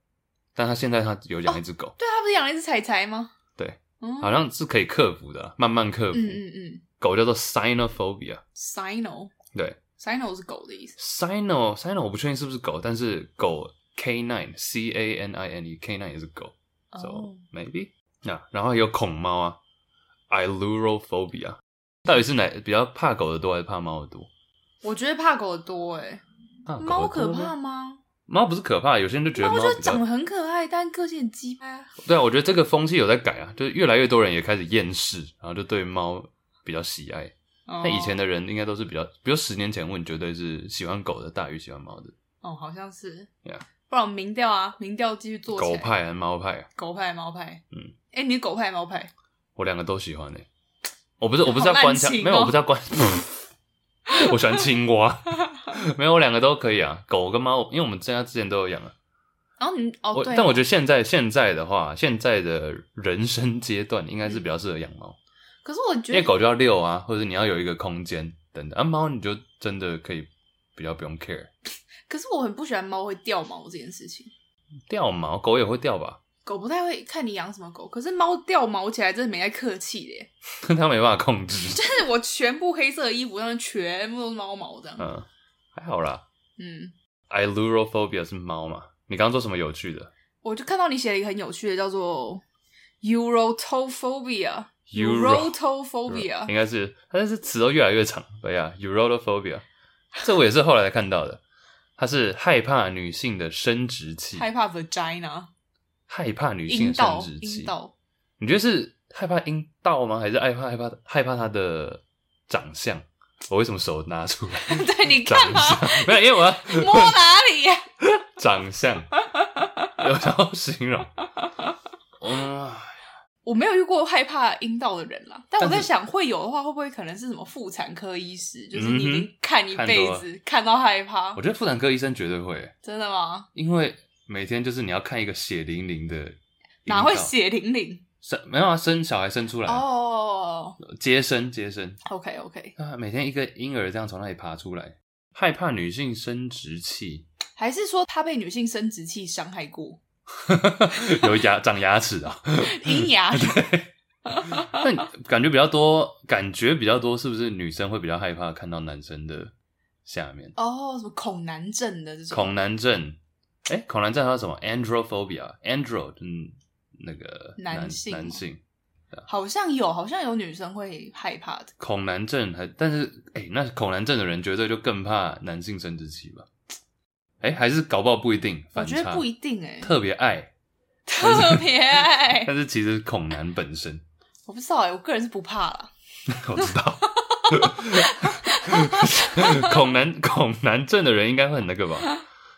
S1: 但他现在他有养一只狗，
S2: 对啊他不是养了一只柴柴吗？
S1: 对，
S2: 嗯，
S1: 好像是可以克服的啊，慢慢克服。
S2: 嗯嗯嗯
S1: 狗叫做 Sinophobia，
S2: ，sino
S1: 对
S2: sino 是狗的意思，
S1: ，Sino Sino 我不确定是不是狗，但是狗 Canine C A N I N E Canine 也是狗。So
S2: 哦，
S1: maybe 啊，然后还有恐猫啊，Ilurophobia，到底是哪比较怕狗的多还是怕猫的多？
S2: 我觉得怕狗的多哎，
S1: 怕狗的多
S2: 猫可
S1: 吗
S2: 怕吗？
S1: 猫不是可怕，有些人就觉得
S2: 猫
S1: 猫
S2: 就
S1: 比
S2: 是
S1: 较
S2: 长得很可爱，但个性很鸡掰。
S1: 对啊，我觉得这个风气有在改啊，就是越来越多人也开始厌世，然后就对猫比较喜爱。
S2: 那
S1: 那以前的人应该都是比较，比如十年前问，绝对是喜欢狗的大于喜欢猫的，
S2: 哦，好像是
S1: Yeah
S2: 不然我们民调啊，民调继续做起
S1: 狗
S2: 来，
S1: 派还是猫派啊？
S2: 狗派、猫派，
S1: 嗯，
S2: 哎，你是狗派、猫派，
S1: 我两个都喜欢呢、欸我不是我不是要
S2: 好滥
S1: 关枪，
S2: 情哦
S1: 没有我不是要关， 我喜欢青 蛙，没有我两个都可以啊，狗跟猫，因为我们家之前都有养啊。
S2: 然后你哦，
S1: 我
S2: 对，
S1: 但我觉得现在现在的话，现在的人生阶段应该是比较适合养猫。
S2: 可是我
S1: 因
S2: 觉得
S1: 为狗就要遛啊，或者你要有一个空间等等。啊，猫你就真的可以比较不用 care。
S2: 可是我很不喜欢猫会掉毛这件事情。
S1: 掉毛，狗也会掉吧？
S2: 狗不太会看你养什么狗，可是猫掉毛起来真的没在客气的耶，
S1: 它没办法控制。
S2: 但是我全部黑色的衣服上面全部都是猫毛这样。
S1: 嗯，还好啦。
S2: 嗯，
S1: Ilurophobia 是猫嘛？你刚刚说什么有趣的
S2: 我就看到你写了一个很有趣的，叫做 Eurotophobia。
S1: Euro-
S2: Eurotophobia，
S1: 应该是，但是词都越来越长。对呀、e u r o p h o b i a 这我也是后来才看到的。它是害怕女性的生殖器，
S2: 害怕 vagina，
S1: 害怕女性
S2: 阴
S1: 的
S2: 道
S1: 生殖，器
S2: 阴。道，
S1: 你觉得是害怕阴道吗？还是害怕害怕害怕它的长相？我为什么手拿出来？
S2: 对，你啊
S1: 长
S2: 干嘛？
S1: 相没有，因为我要
S2: 摸哪里呀、
S1: 长相有时候形容。嗯，
S2: 我没有遇过害怕阴道的人啦，但我在
S1: 但是
S2: 想，会有的话，会不会可能是什么妇产科医师？就是你已
S1: 嗯
S2: 经看一辈
S1: 看多
S2: 子，看到害怕
S1: 我，觉得妇产科医生绝对会，
S2: 真的吗？
S1: 因为每天就是你要看一个血淋淋的，
S2: 哪会？血淋淋？
S1: 生没有啊，生小孩生出来，
S2: 哦、
S1: 接生接生
S2: o k OK，
S1: 啊，每天一个婴儿这样从那里爬出来，害怕女性生殖器，
S2: 还是说他被女性生殖器伤害过，
S1: 有牙长牙齿啊。
S2: 阴牙
S1: 那你感觉比较多，感觉比较多，是不是女生会比较害怕看到男生的下面？
S2: 哦什么恐男症的这种
S1: 恐男症，哎、恐男症还有什么？androphobia，andro，嗯，那个
S2: 男
S1: 男
S2: 性吗
S1: 男性
S2: 好像有，好像有女生会害怕的，
S1: 恐男症还，但是哎、诶那恐男症的人绝对就更怕男性生殖器吧？哎、还是搞不好不一定，
S2: 我
S1: 反
S2: 觉
S1: 差
S2: 得不一定哎、
S1: 特别爱，
S2: 特别 爱，
S1: 但是其实恐男本身，
S2: 我不知道哎、我个人是不怕啦。
S1: 我知道。 恐男恐男症的人应该会很那个 吧？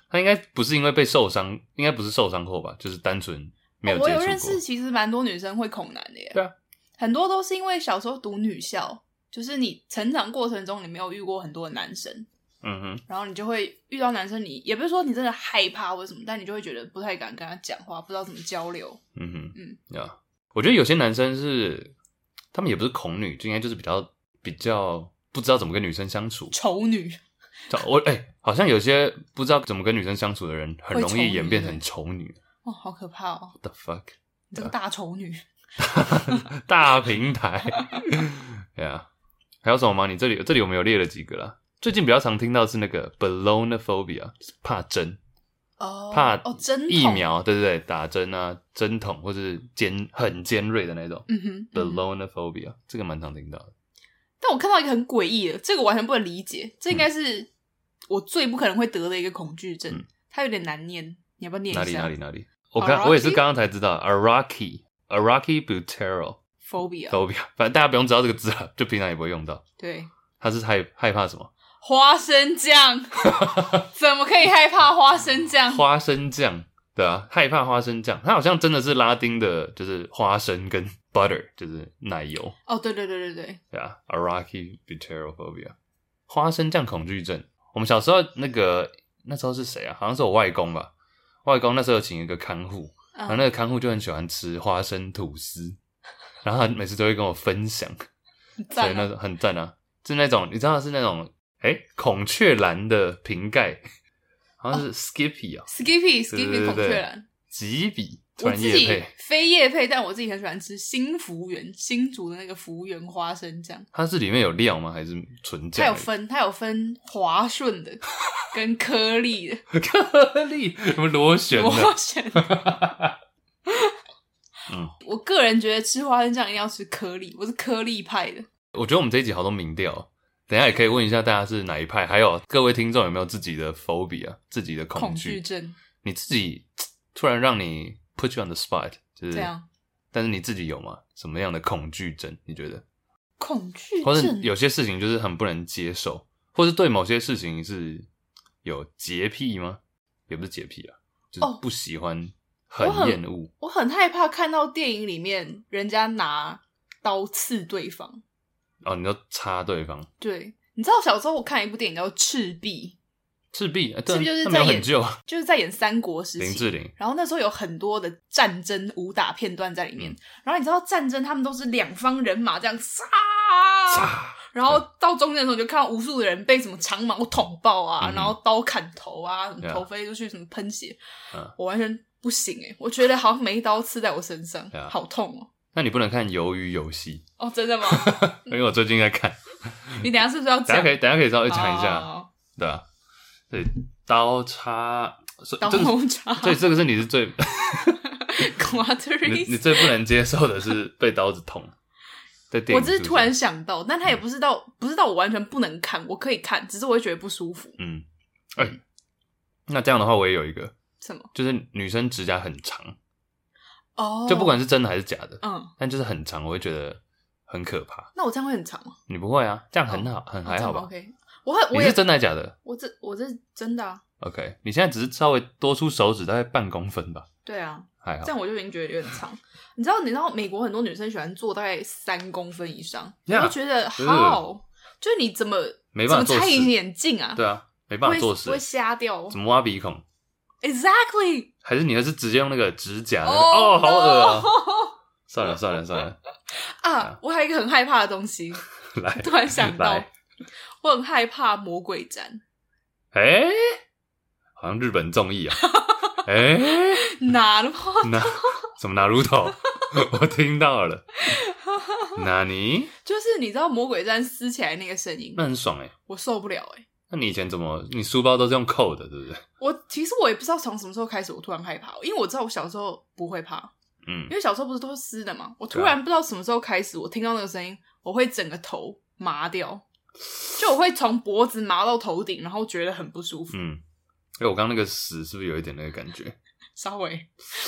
S1: 他应该不是因为被受伤，应该不是受伤后吧，就是单纯没有
S2: 哦我
S1: 接触
S2: 有
S1: 过。
S2: 认识，其实蛮多女生会恐男的耶。
S1: 对啊，
S2: 很多都是因为小时候读女校，就是你成长过程中你没有遇过很多的男生，
S1: 嗯哼，
S2: 然后你就会遇到男生你，也不是说你真的害怕或者什么，但你就会觉得不太敢跟他讲话，不知道怎么交流。
S1: 嗯哼，嗯
S2: 嗯
S1: 呀，我觉得有些男生是，他们也不是恐女，就应该就是比较比较不知道怎么跟女生相处。
S2: 丑女
S1: 找我哎、好像有些不知道怎么跟女生相处的人，很
S2: 会
S1: 容
S2: 丑
S1: 易
S2: 女
S1: 演变成
S2: 对
S1: 丑女。
S2: 哦，好可怕哦！
S1: What the fuck，
S2: 你这个
S1: 啊
S2: 大丑女，
S1: 大平台， 对啊，还有什么吗？你这里这里我们有列了几个啦。最近比较常听到是那个 Bolognaphobia，就是怕针，
S2: 哦，
S1: 怕
S2: 哦针筒
S1: 疫，苗，对对对，打针啊，针筒或是尖很尖锐的那种。
S2: 嗯哼，嗯哼
S1: Bolognaphobia 这个蛮常听到的。
S2: 但我看到一个很诡异的，这个完全不能理解，这应该是我最不可能会得的一个恐惧症，
S1: 嗯
S2: 它有点难念，你要不要念一下？
S1: 哪里哪里哪里？我看我也是刚刚才知道 Iraqi Iraqi Butero
S2: phobia，
S1: phobia，反正大家不用知道这个字了，就平常也不会用到。
S2: 对，
S1: 他是害害怕什么？
S2: 花 生酱，怎么可以害怕花生酱？
S1: 花生酱，对啊，害怕花生酱。它好像真的是拉丁的，就是花生跟 butter，就是奶油，
S2: 哦，对对对对对，
S1: 对啊，Iraqi buterophobia，花生酱恐惧症。我们小时候那个那时候是谁啊？好像是我外公吧。外公那时候有请一个看护，然后
S2: 嗯
S1: 那个看护就很喜欢吃花生吐司，然后他每次都会跟我分享，
S2: 很
S1: 所以
S2: 赞
S1: 那
S2: 啊，
S1: 种很赞啊，是那种你知道是那种哎、孔雀蓝的瓶盖，好像是 Skippy 啊，对对
S2: Skippy Skippy
S1: 对
S2: 孔
S1: 对
S2: 雀蓝。
S1: 吉比突
S2: 我
S1: 然
S2: 自
S1: 夜
S2: 己
S1: 配，
S2: 非夜配，但我自己很喜欢吃新福源新竹的那个福源花生酱，
S1: 它是里面有料吗？还是纯
S2: 它
S1: 酱
S2: 有
S1: 而已？
S2: 分它有分滑顺的跟颗粒的，
S1: 颗 粒什么螺旋
S2: 我
S1: 的？
S2: 选的。
S1: 嗯，
S2: 我个人觉得吃花生酱一定要吃颗粒，我是颗粒派的。
S1: 我觉得我们这一集好多民调哦，等一下也可以问一下大家是哪一派，还有各位听众有没有自己的 phobia，自己的
S2: 恐惧
S1: 惧？
S2: 症
S1: 你自己突然让你 put you on the spot，就是
S2: 这样，
S1: 但是你自己有吗？什么样的恐惧症？你觉得？
S2: 恐 惧
S1: 或是
S2: 症
S1: 有些事情就是很不能接受，或是对某些事情是有洁癖吗？也不是洁癖啊，就是
S2: 哦
S1: 不喜欢、
S2: 我
S1: 很
S2: 很
S1: 厌恶。
S2: 我很害怕看到电影里面人家拿刀刺对方。
S1: 哦，你要插对方，
S2: 对，你知道小时候我看一部电影叫《赤壁
S1: 赤壁，呃对啊
S2: 赤壁就是
S1: 那没有
S2: 在
S1: 很
S2: 演
S1: 旧，》，
S2: 就是在演三国时
S1: 林
S2: 期。
S1: 志玲，
S2: 然后那时候有很多的战争武打片段在里面。
S1: 嗯
S2: 然后你知道战争，他们都是两方人马这样杀，啊
S1: 擦
S2: 然后到中间的时候，你就看到无数的人被什么长矛捅爆啊，
S1: 嗯
S2: 然后刀砍头啊，什么
S1: Yeah
S2: 头飞出去，什么喷血，
S1: 嗯
S2: 我完全不行诶、我觉得好像每一刀刺在我身上
S1: Yeah
S2: 好痛哦。
S1: 那你不能看《鱿鱼游戏
S2: 哦，真 的吗？》，
S1: 因为我最近在看，
S2: 你等一下是不是要
S1: 等下
S2: 讲
S1: 可？以，等下可以稍微讲一下，
S2: 哦
S1: 对啊，对，刀叉，所以
S2: 刀
S1: 这个
S2: 红茶
S1: 所以 这个是你是最你你
S2: quarteries。
S1: 最不能接受的是被刀子捅，在电
S2: 我
S1: 影
S2: 只是
S1: 出
S2: 突然
S1: 现
S2: 想到，但
S1: 嗯
S2: 他也不是到，不是到我完全不能看，我可以看，只是我会觉得不舒服。
S1: 嗯，哎、那这样的话我也有一个，
S2: 什么？
S1: 就是女生指甲很长，
S2: 哦，
S1: 就不管是真的还是假的，
S2: 嗯，
S1: 但就是很长，我会觉得很可怕。
S2: 那我这样会很长吗？
S1: 你不会啊？这样很好，很
S2: 哦
S1: 还
S2: 这
S1: 好吧？
S2: 样？OK，我很
S1: 你
S2: 我
S1: 是
S2: 也
S1: 真的还是假的
S2: 我这我这是真的啊，
S1: ？OK，你现在只是稍微多出手指大概半公分吧，
S2: 对啊，
S1: 还好
S2: 这。样我就已经觉得有点长。你知道，你知道美国很多女生喜欢做大概三公分以上
S1: Yeah，
S2: 我就觉得
S1: 是
S2: 好，就是你怎么
S1: 没办法
S2: 怎
S1: 做
S2: 么
S1: 事
S2: 拆隐形眼镜啊？
S1: 对啊，没办法
S2: 会
S1: 做事
S2: 会，瞎掉
S1: 怎么挖鼻孔？
S2: ，exactly。
S1: 还是你还是直接用那个指甲？那个 哦，
S2: 哦
S1: 好恶啊
S2: no！！
S1: 算了算了算了，
S2: 啊，我还有一个很害怕的东西，
S1: 来，
S2: 突然想到
S1: 来，
S2: 我很害怕魔鬼毡，
S1: 哎、好像日本综艺 啊，哎、
S2: 哪的话
S1: 那什么拿乳头？ 我听到了，纳尼？
S2: 就是你知道魔鬼毡撕起来那个声音，
S1: 那很爽哎。
S2: 我受不了哎、
S1: 那你以前怎么？你书包都是用扣的，对不对？
S2: 我其实我也不知道从什么时候开始，我突然害怕，因为我知道我小时候不会怕，
S1: 嗯
S2: 因，为小时候不是都是湿的嘛。我突
S1: 对啊
S2: 然不知道什么时候开始，我听到那个声音，我会整个头麻掉，就我会从脖子麻到头顶，然后觉得很不舒服。
S1: 嗯。哎，我刚刚那个屎是不是有一点那个感觉？
S2: 稍微，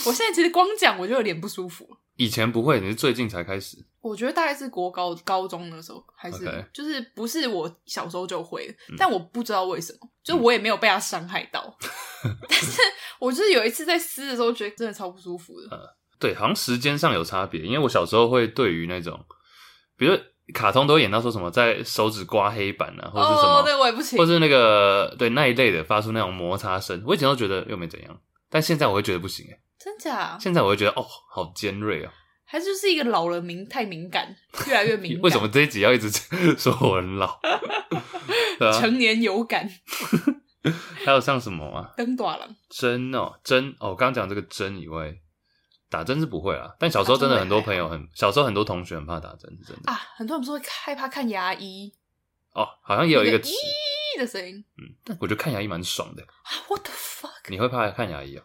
S2: 我现在其实光讲我就有点不舒服。
S1: 以前不会，你是最近才开始。
S2: 我觉得大概是国高高中的时候，还是
S1: OK
S2: 就是不是我小时候就会的，
S1: 嗯
S2: 但我不知道为什么，就我也没有被他伤害到。
S1: 嗯
S2: 但是我就是有一次在撕的时候，觉得真的超不舒服
S1: 呃
S2: 的。
S1: 对，好像时间上有差别，因为我小时候会对于那种，比如说卡通都会演到说什么在手指刮黑板啊，或是什么，
S2: 哦，对我也不行
S1: 或。是那个对那一类的发出那种摩擦声，我以前都觉得又没怎样，但现在我会觉得不行哎，
S2: 真假？
S1: 现在我会觉得哦，好尖锐啊！
S2: 还是就是一个老了敏太敏感，越来越敏感。
S1: 为什么这一集要一直 说我很 老？对啊，
S2: 成年有感？
S1: 还有像什么啊？
S2: 灯短郎
S1: 针哦，针哦，我刚刚讲这个针以外，打针是不会啊啦，但小时候真的很多朋友很，小时候很多同学很怕打针，是真的
S2: 啊，很多人说害怕看牙医，
S1: 哦，好像也有一个
S2: 那
S1: 词
S2: 个，咦的声音
S1: 嗯，但我觉得看牙医蛮爽的。
S2: 啊，what the fuck？
S1: 你会怕看牙医啊？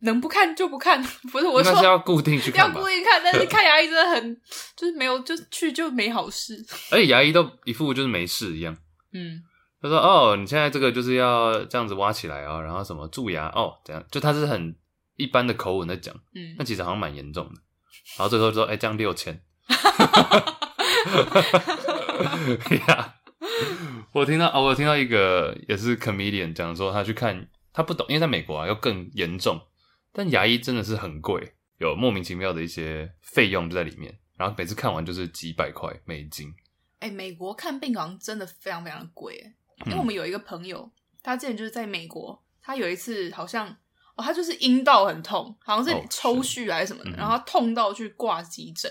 S2: 能不看就不看， 不是我
S1: 应该
S2: 说
S1: 是要固定去
S2: 要
S1: 看吧
S2: 故？意看，但是看牙医真的很 就是没有，就去就没好事。
S1: 而哎且牙医都一副就是没事一样。
S2: 嗯，
S1: 他说：“哦，你现在这个就是要这样子挖起来啊、哦，然后什么蛀牙哦，怎样？就他是很一般的口吻在讲，
S2: 嗯
S1: 那，其实好像蛮严重的。然后最后就说：‘哎、这样六千。’ 呀，我听到啊、我听到一个也是 comedian 讲说，他去看他不懂，因为在美国啊要更严重，但牙医真的是很贵，有莫名其妙的一些费用就在里面。然后每次看完就是几百块美金，
S2: 哎、美国看病好像真的非常非常贵，
S1: 嗯
S2: 因为我们有一个朋友，他之前就是在美国他有一次好像哦，他就是阴道很痛，好像
S1: 哦
S2: 是抽搐还是什么的，
S1: 是嗯嗯
S2: 然后他痛到去挂急诊，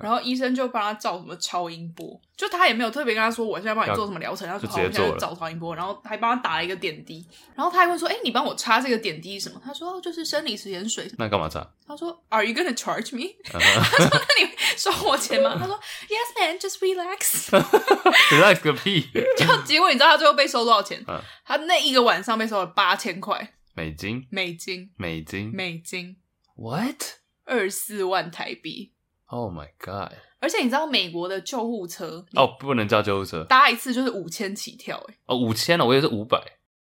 S2: 然后医生就帮他照什么超音波，就他也没有特别跟他说我现在帮你做什么疗程，他
S1: 就
S2: 说好，我
S1: 直接
S2: 现
S1: 做
S2: 在
S1: 了
S2: 就照超音波，然后还帮他打了一个点滴，然后他还会说，哎、你帮我插这个点滴是什么？他说哦，就是生理食盐水。
S1: 那干嘛查？
S2: 他说 Are you gonna charge me？
S1: 啊哈
S2: 他说那你收我钱吗？他说 Yes man, just relax。
S1: relax 个屁，
S2: 就 结果你知道他最后被收多少钱？
S1: 嗯
S2: 他那一个晚上被收了八千块
S1: 美金，
S2: 美金，
S1: 美金
S2: 美金
S1: ，what？
S2: 二四万台币。
S1: Oh my god！
S2: 而且你知道美国的救护车
S1: 哦，不能叫救护车
S2: 搭一次就是五千起跳、欸，
S1: 哦，五千了，我以为是五百、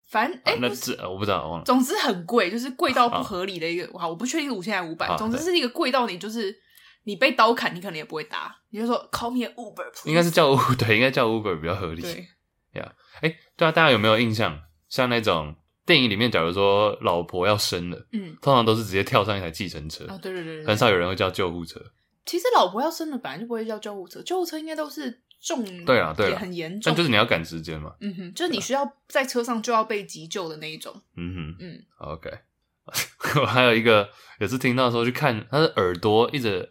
S2: 反正哎、
S1: 啊，那哦
S2: 不是
S1: 这呃我不知道，我忘了。
S2: 总之很贵，就是贵到不合理的一个。好，我不确定五千还是五百
S1: 好，
S2: 总之是一个贵到你就是你被刀砍，你可能也不会搭，你就说 call me an Uber，please
S1: 应该是叫 Uber，对， 应该叫 Uber 比较合理。
S2: 对，
S1: 哎、对啊，大家有没有印象？像那种电影里面，假如说老婆要生了，
S2: 嗯，
S1: 通常都是直接跳上一台计程车，
S2: 啊、对对对对对，
S1: 很少有人会叫救护车。
S2: 其实老婆要生了，本来就不会叫救护车，救护车应该都是重，
S1: 对啦对啦啊
S2: 也很严重，
S1: 但就是你要赶时间嘛。
S2: 嗯哼，
S1: 啊
S2: 就是你需要在车上就要被急救的那一种。
S1: 嗯哼，
S2: 嗯
S1: ，OK。我还有一个也是听到说去看，他的耳朵一直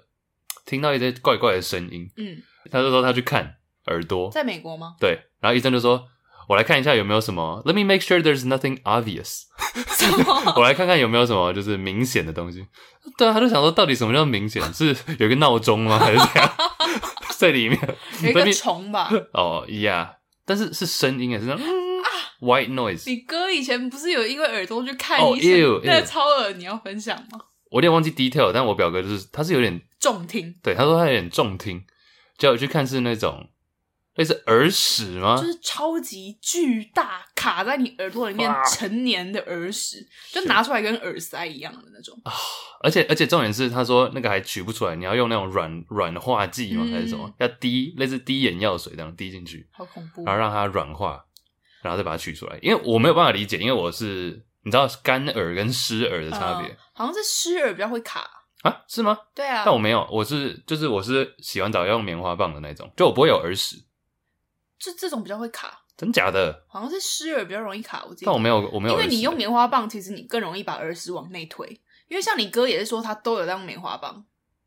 S1: 听到一些怪怪的声音，
S2: 嗯，
S1: 他就说他去看耳朵，？
S2: 在美国吗
S1: 对，然后医生就说：“我来看一下有没有什么，Let me make sure there's nothing obvious。”
S2: 什么？
S1: 我来看看有没有什么就是明显的东西。对啊，他就想说，到底什么叫明显？是有一个闹钟吗？还是怎样？在里面
S2: 有一
S1: Let me-
S2: 个 虫吧？
S1: 哦，Yeah，但是是声音也是这样、嗯 white noise。
S2: 你哥以前不是有因为耳朵去看
S1: 哦
S2: 医生
S1: ew，
S2: 那
S1: ew
S2: 个超耳你要分享吗？
S1: 我有点忘记 detail，但我表哥就是他是有点
S2: 重听，
S1: 对，他说他有点重听，叫我去看是那种类似耳屎吗？
S2: 就是超级巨大卡在你耳朵里面
S1: 哇
S2: 成年的耳屎，就拿出来跟耳塞一样的那种。
S1: 啊而且而且重点是，他说那个还取不出来，你要用那种软软化剂吗？
S2: 嗯
S1: 还是什么？要滴类似滴眼药水这样滴进去，
S2: 好恐怖
S1: 然！后让它软化，然后再把它取出来。因为我没有办法理解，因为我是你知道干耳跟湿耳的差别、
S2: 嗯好像是湿耳比较会卡。
S1: 啊？是吗？
S2: 对啊，
S1: 但我没有，我是就是我是洗完澡要用棉花棒的那种，就我不会有耳屎，
S2: 就这种比较会卡，
S1: 真假的？
S2: 好像是湿耳比较容易卡。我记得
S1: 但我没有，我没有
S2: 因
S1: 耳屎，欸
S2: 为你用棉花棒，其实你更容易把耳屎往内推。因为像你哥也是说他都有在用棉花棒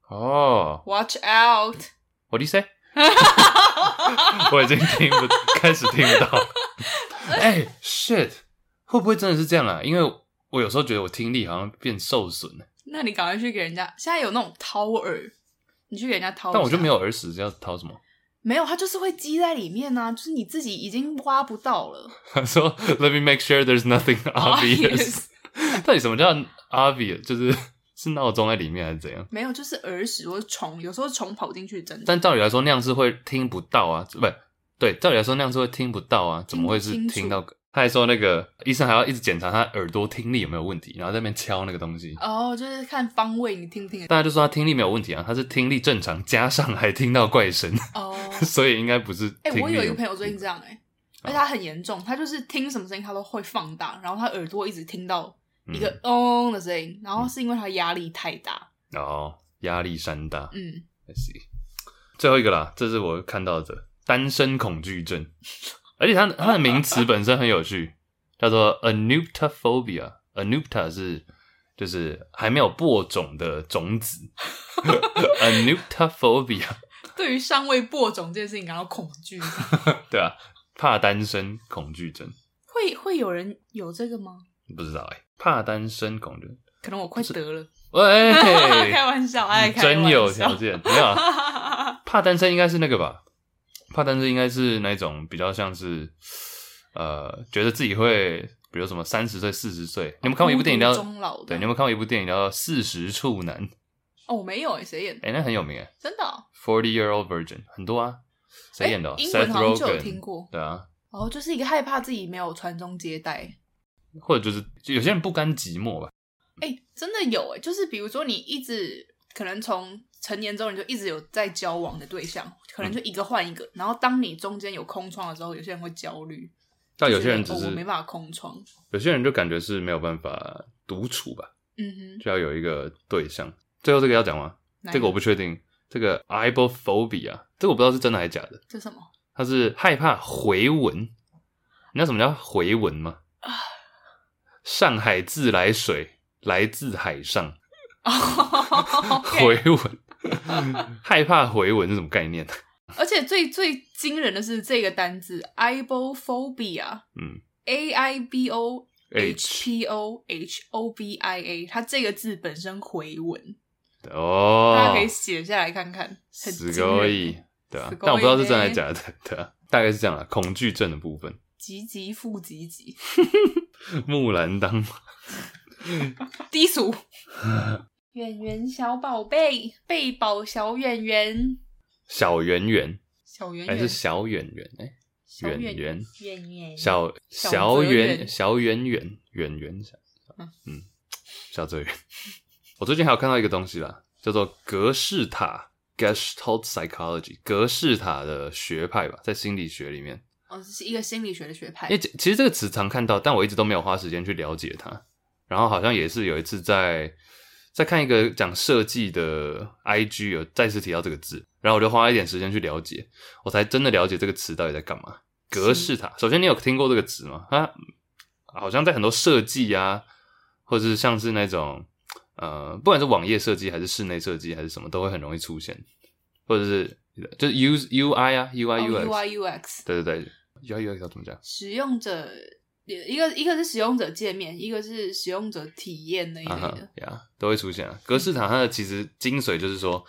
S1: 哦，
S2: ，Watch out！
S1: 我 a t 我已经听不开始听不到 了。哎、s h i t 会不会真的是这样啊？因为我有时候觉得我听力好像变受损了，
S2: 那你赶快去给人家，现在有那种掏耳，你去给人家掏。
S1: 但我就没，有耳屎，要掏什么？
S2: 没有，它就是会积在里面啊，就是你自己已经挖不到了。
S1: 他说：“Let me make sure there's nothing obvious。到底什么叫 obvious？就是是闹钟在里面还是怎样？
S2: 没有，就是耳屎或者虫，有时候虫跑进去，真的。
S1: 但照理来说，那样是会听不到啊，不对，照理来说那样是会听不到啊，怎么会是
S2: 听不清
S1: 听
S2: 楚
S1: 到？他还说那个医生还要一直检查他耳朵听力有没有问题，然后在那边敲那个东西。
S2: 哦，就是看方位，你听不听得
S1: 大家就说他听力没有问题啊，他是听力正常，加上还听到怪声，
S2: 哦，
S1: 所以应该不是听力。
S2: 哎、我有一个朋友最近这样哎、
S1: 哦
S2: 而且他很严重，他就是听什么声音他都会放大，然后他耳朵一直听到
S1: 嗯
S2: 一个嗡的声音，然后是因为他压力太大。
S1: 然后嗯哦压力山大，
S2: 嗯，
S1: I see 最后一个啦，这是我看到的单身恐惧症，而且它的它的名词本身很有趣，叫做 anuptophobia。anupta 是就是还没有播种的种 子，anuptophobia
S2: 对于尚未播种这件事情感到恐惧，
S1: 对啊，怕单身恐惧症，
S2: 会会有人有这个吗？
S1: 不知道哎、怕单身恐惧症，
S2: 可能我快得了，，
S1: 喂
S2: 开玩笑，哎，开玩笑
S1: 真有条，件，没有啊、怕单身应该是那个吧？怕单身应该是那种比较像是，呃，觉得自己会，比如什么三十岁、四十岁，你们看过一部电影叫
S2: 孤独终老的
S1: 对，你们看过一部电影叫《四十处男》？
S2: 哦，我没有哎，谁演的？
S1: 哎、那很有名哎
S2: 真的哦，
S1: ，Forty Year Old Virgin 很多啊，谁演的、哦
S2: 哎英
S1: s e
S2: 文
S1: t h
S2: 好像就有
S1: Rogen
S2: 听过
S1: 对啊，
S2: 哦，就是一个害怕自己没有传宗接代。
S1: 或者就是就有些人不甘寂寞吧，
S2: 哎、真的有哎、就是比如说你一直可能从成年之后你就一直有在交往的对象，可
S1: 嗯
S2: 能就一个换一个，然后当你中间有空窗的时候，有些人会焦虑，
S1: 但
S2: 就
S1: 有些人
S2: 觉
S1: 只
S2: 得
S1: 是
S2: 哦、我没办法空窗，
S1: 有些人就感觉是没有办法独处吧，
S2: 嗯哼，
S1: 就要有一个对象。最后这个要讲吗？
S2: 哪一
S1: 这个我不确定，这个 ibophobia 这个我不知道是真的还是假的。
S2: 这什么
S1: 他
S2: 啊
S1: 是害怕回文。你知道什么叫回文吗？上海自来水来自海上，
S2: 哦
S1: 回文，
S2: 嗯
S1: 害怕回文是什么概念？
S2: 而且最最惊人的是这个单字 ibophobia，
S1: 嗯
S2: ，a i b o h
S1: ，H
S2: p o h o b i a，它这个字本身回文，大家
S1: 哦
S2: 可，以写下来看看，很
S1: す
S2: 惊
S1: ご
S2: 人
S1: い，对啊
S2: すごい，ね
S1: 但我不知道是真的还是假的， 对啊，大概是这样啦。恐惧症的部分，
S2: 急急复急急，
S1: 木兰当
S2: 低俗。圆圆小宝贝，贝宝小圆圆，
S1: 小圆圆
S2: 小圆
S1: 还
S2: 圆
S1: 是，小圆圆？哎，
S2: 小
S1: 圆圆
S3: 演员
S1: 小
S2: 小
S1: 小
S2: 泽
S1: 圆
S2: 圆
S1: 小圆圆圆圆小
S2: 嗯，
S1: 嗯，小泽圆。我最近还有看到一个东西啦，叫做格式塔 （Gestalt Psychology），格式塔的学派吧，在心理学里面。
S2: 哦，这是一个心理学的学派
S1: 因为。其其实这个词常看到，但我一直都没有花时间去了解它。然后好像也是有一次在在看一个讲设计的 IG 有再次提到这个字，然后我就花一点时间去了解，我才真的了解这个词到底在干嘛。格式塔，首先你有听过这个词吗？它好像在很多设计啊，或者是像是那种呃，不管是网页设计还是室内设计还是什么，都会很容易出现，或者是就是 U U I 啊 U
S2: 哦
S1: I U
S2: U I
S1: X，
S2: U X
S1: 对对对，U I U X 要怎么讲？
S2: 使用者一个一个是使用者界面，一个是使用者体验那一
S1: 啊
S2: 类
S1: 哈
S2: 的。
S1: 呀，都会出现啊。格式塔它的其实精髓就是说，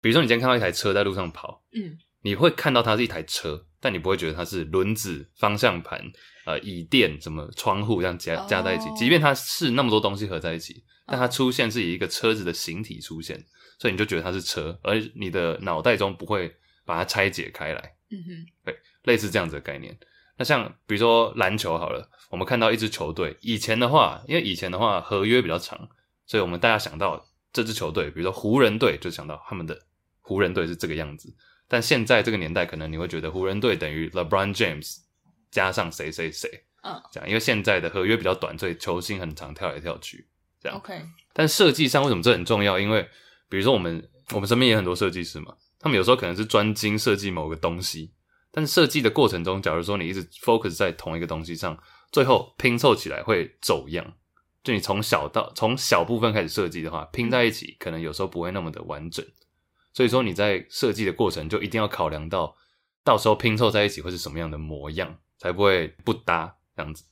S1: 比如说你今天看到一台车在路上跑，
S2: 嗯，
S1: 你会看到它是一台车，但你不会觉得它是轮子、方向盘、呃椅垫、什么窗户这样加加在一起。
S2: 哦
S1: 即便它是那么多东西合在一起，但它出现是以一个车子的形体出现，所以你就觉得它是车，而你的脑袋中不会把它拆解开来。
S2: 嗯哼，
S1: 类似这样子的概念。那像比如说篮球好了，我们看到一支球队，以前的话，因为以前的话合约比较长，所以我们大家想到这支球队，比如说湖人队，就想到他们的湖人队是这个样子。但现在这个年代，可能你会觉得湖人队等于 LeBron James 加上谁谁谁，
S2: 嗯，
S1: 这样，因为现在的合约比较短，所以球星很常跳来跳去。这样
S2: OK，
S1: 但设计上为什么这很重要？因为比如说我们我们身边也很多设计师嘛，他们有时候可能是专精设计某个东西，但设计的过程中，假如说你一直 focus 在同一个东西上，最后拼凑起来会走样。就你从小到从小部分开始设计的话，拼在一起可能有时候不会那么的完整。所以说你在设计的过程就一定要考量到，到时候拼凑在一起会是什么样的模样，才不会不搭这样子。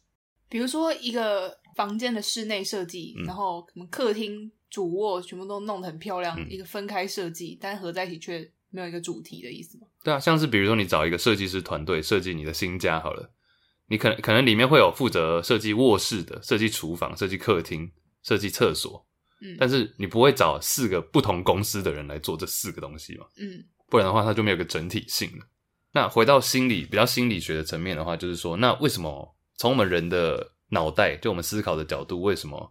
S2: 比如说一个房间的室内设计，
S1: 嗯
S2: 然后可能客厅、主卧全部都弄得很漂亮，
S1: 嗯
S2: 一个分开设计，但合在一起却没有一个主题的意思吗？
S1: 对啊，像是比如说你找一个设计师团队设计你的新家好了，你可能可能里面会有负责设计卧室的、设计厨房、设计客厅、设计厕所，
S2: 嗯
S1: 但是你不会找四个不同公司的人来做这四个东西嘛，
S2: 嗯
S1: 不然的话它就没有个整体性了。那回到心理比较心理学的层面的话，就是说，那为什么从我们人的脑袋，就我们思考的角度，为什么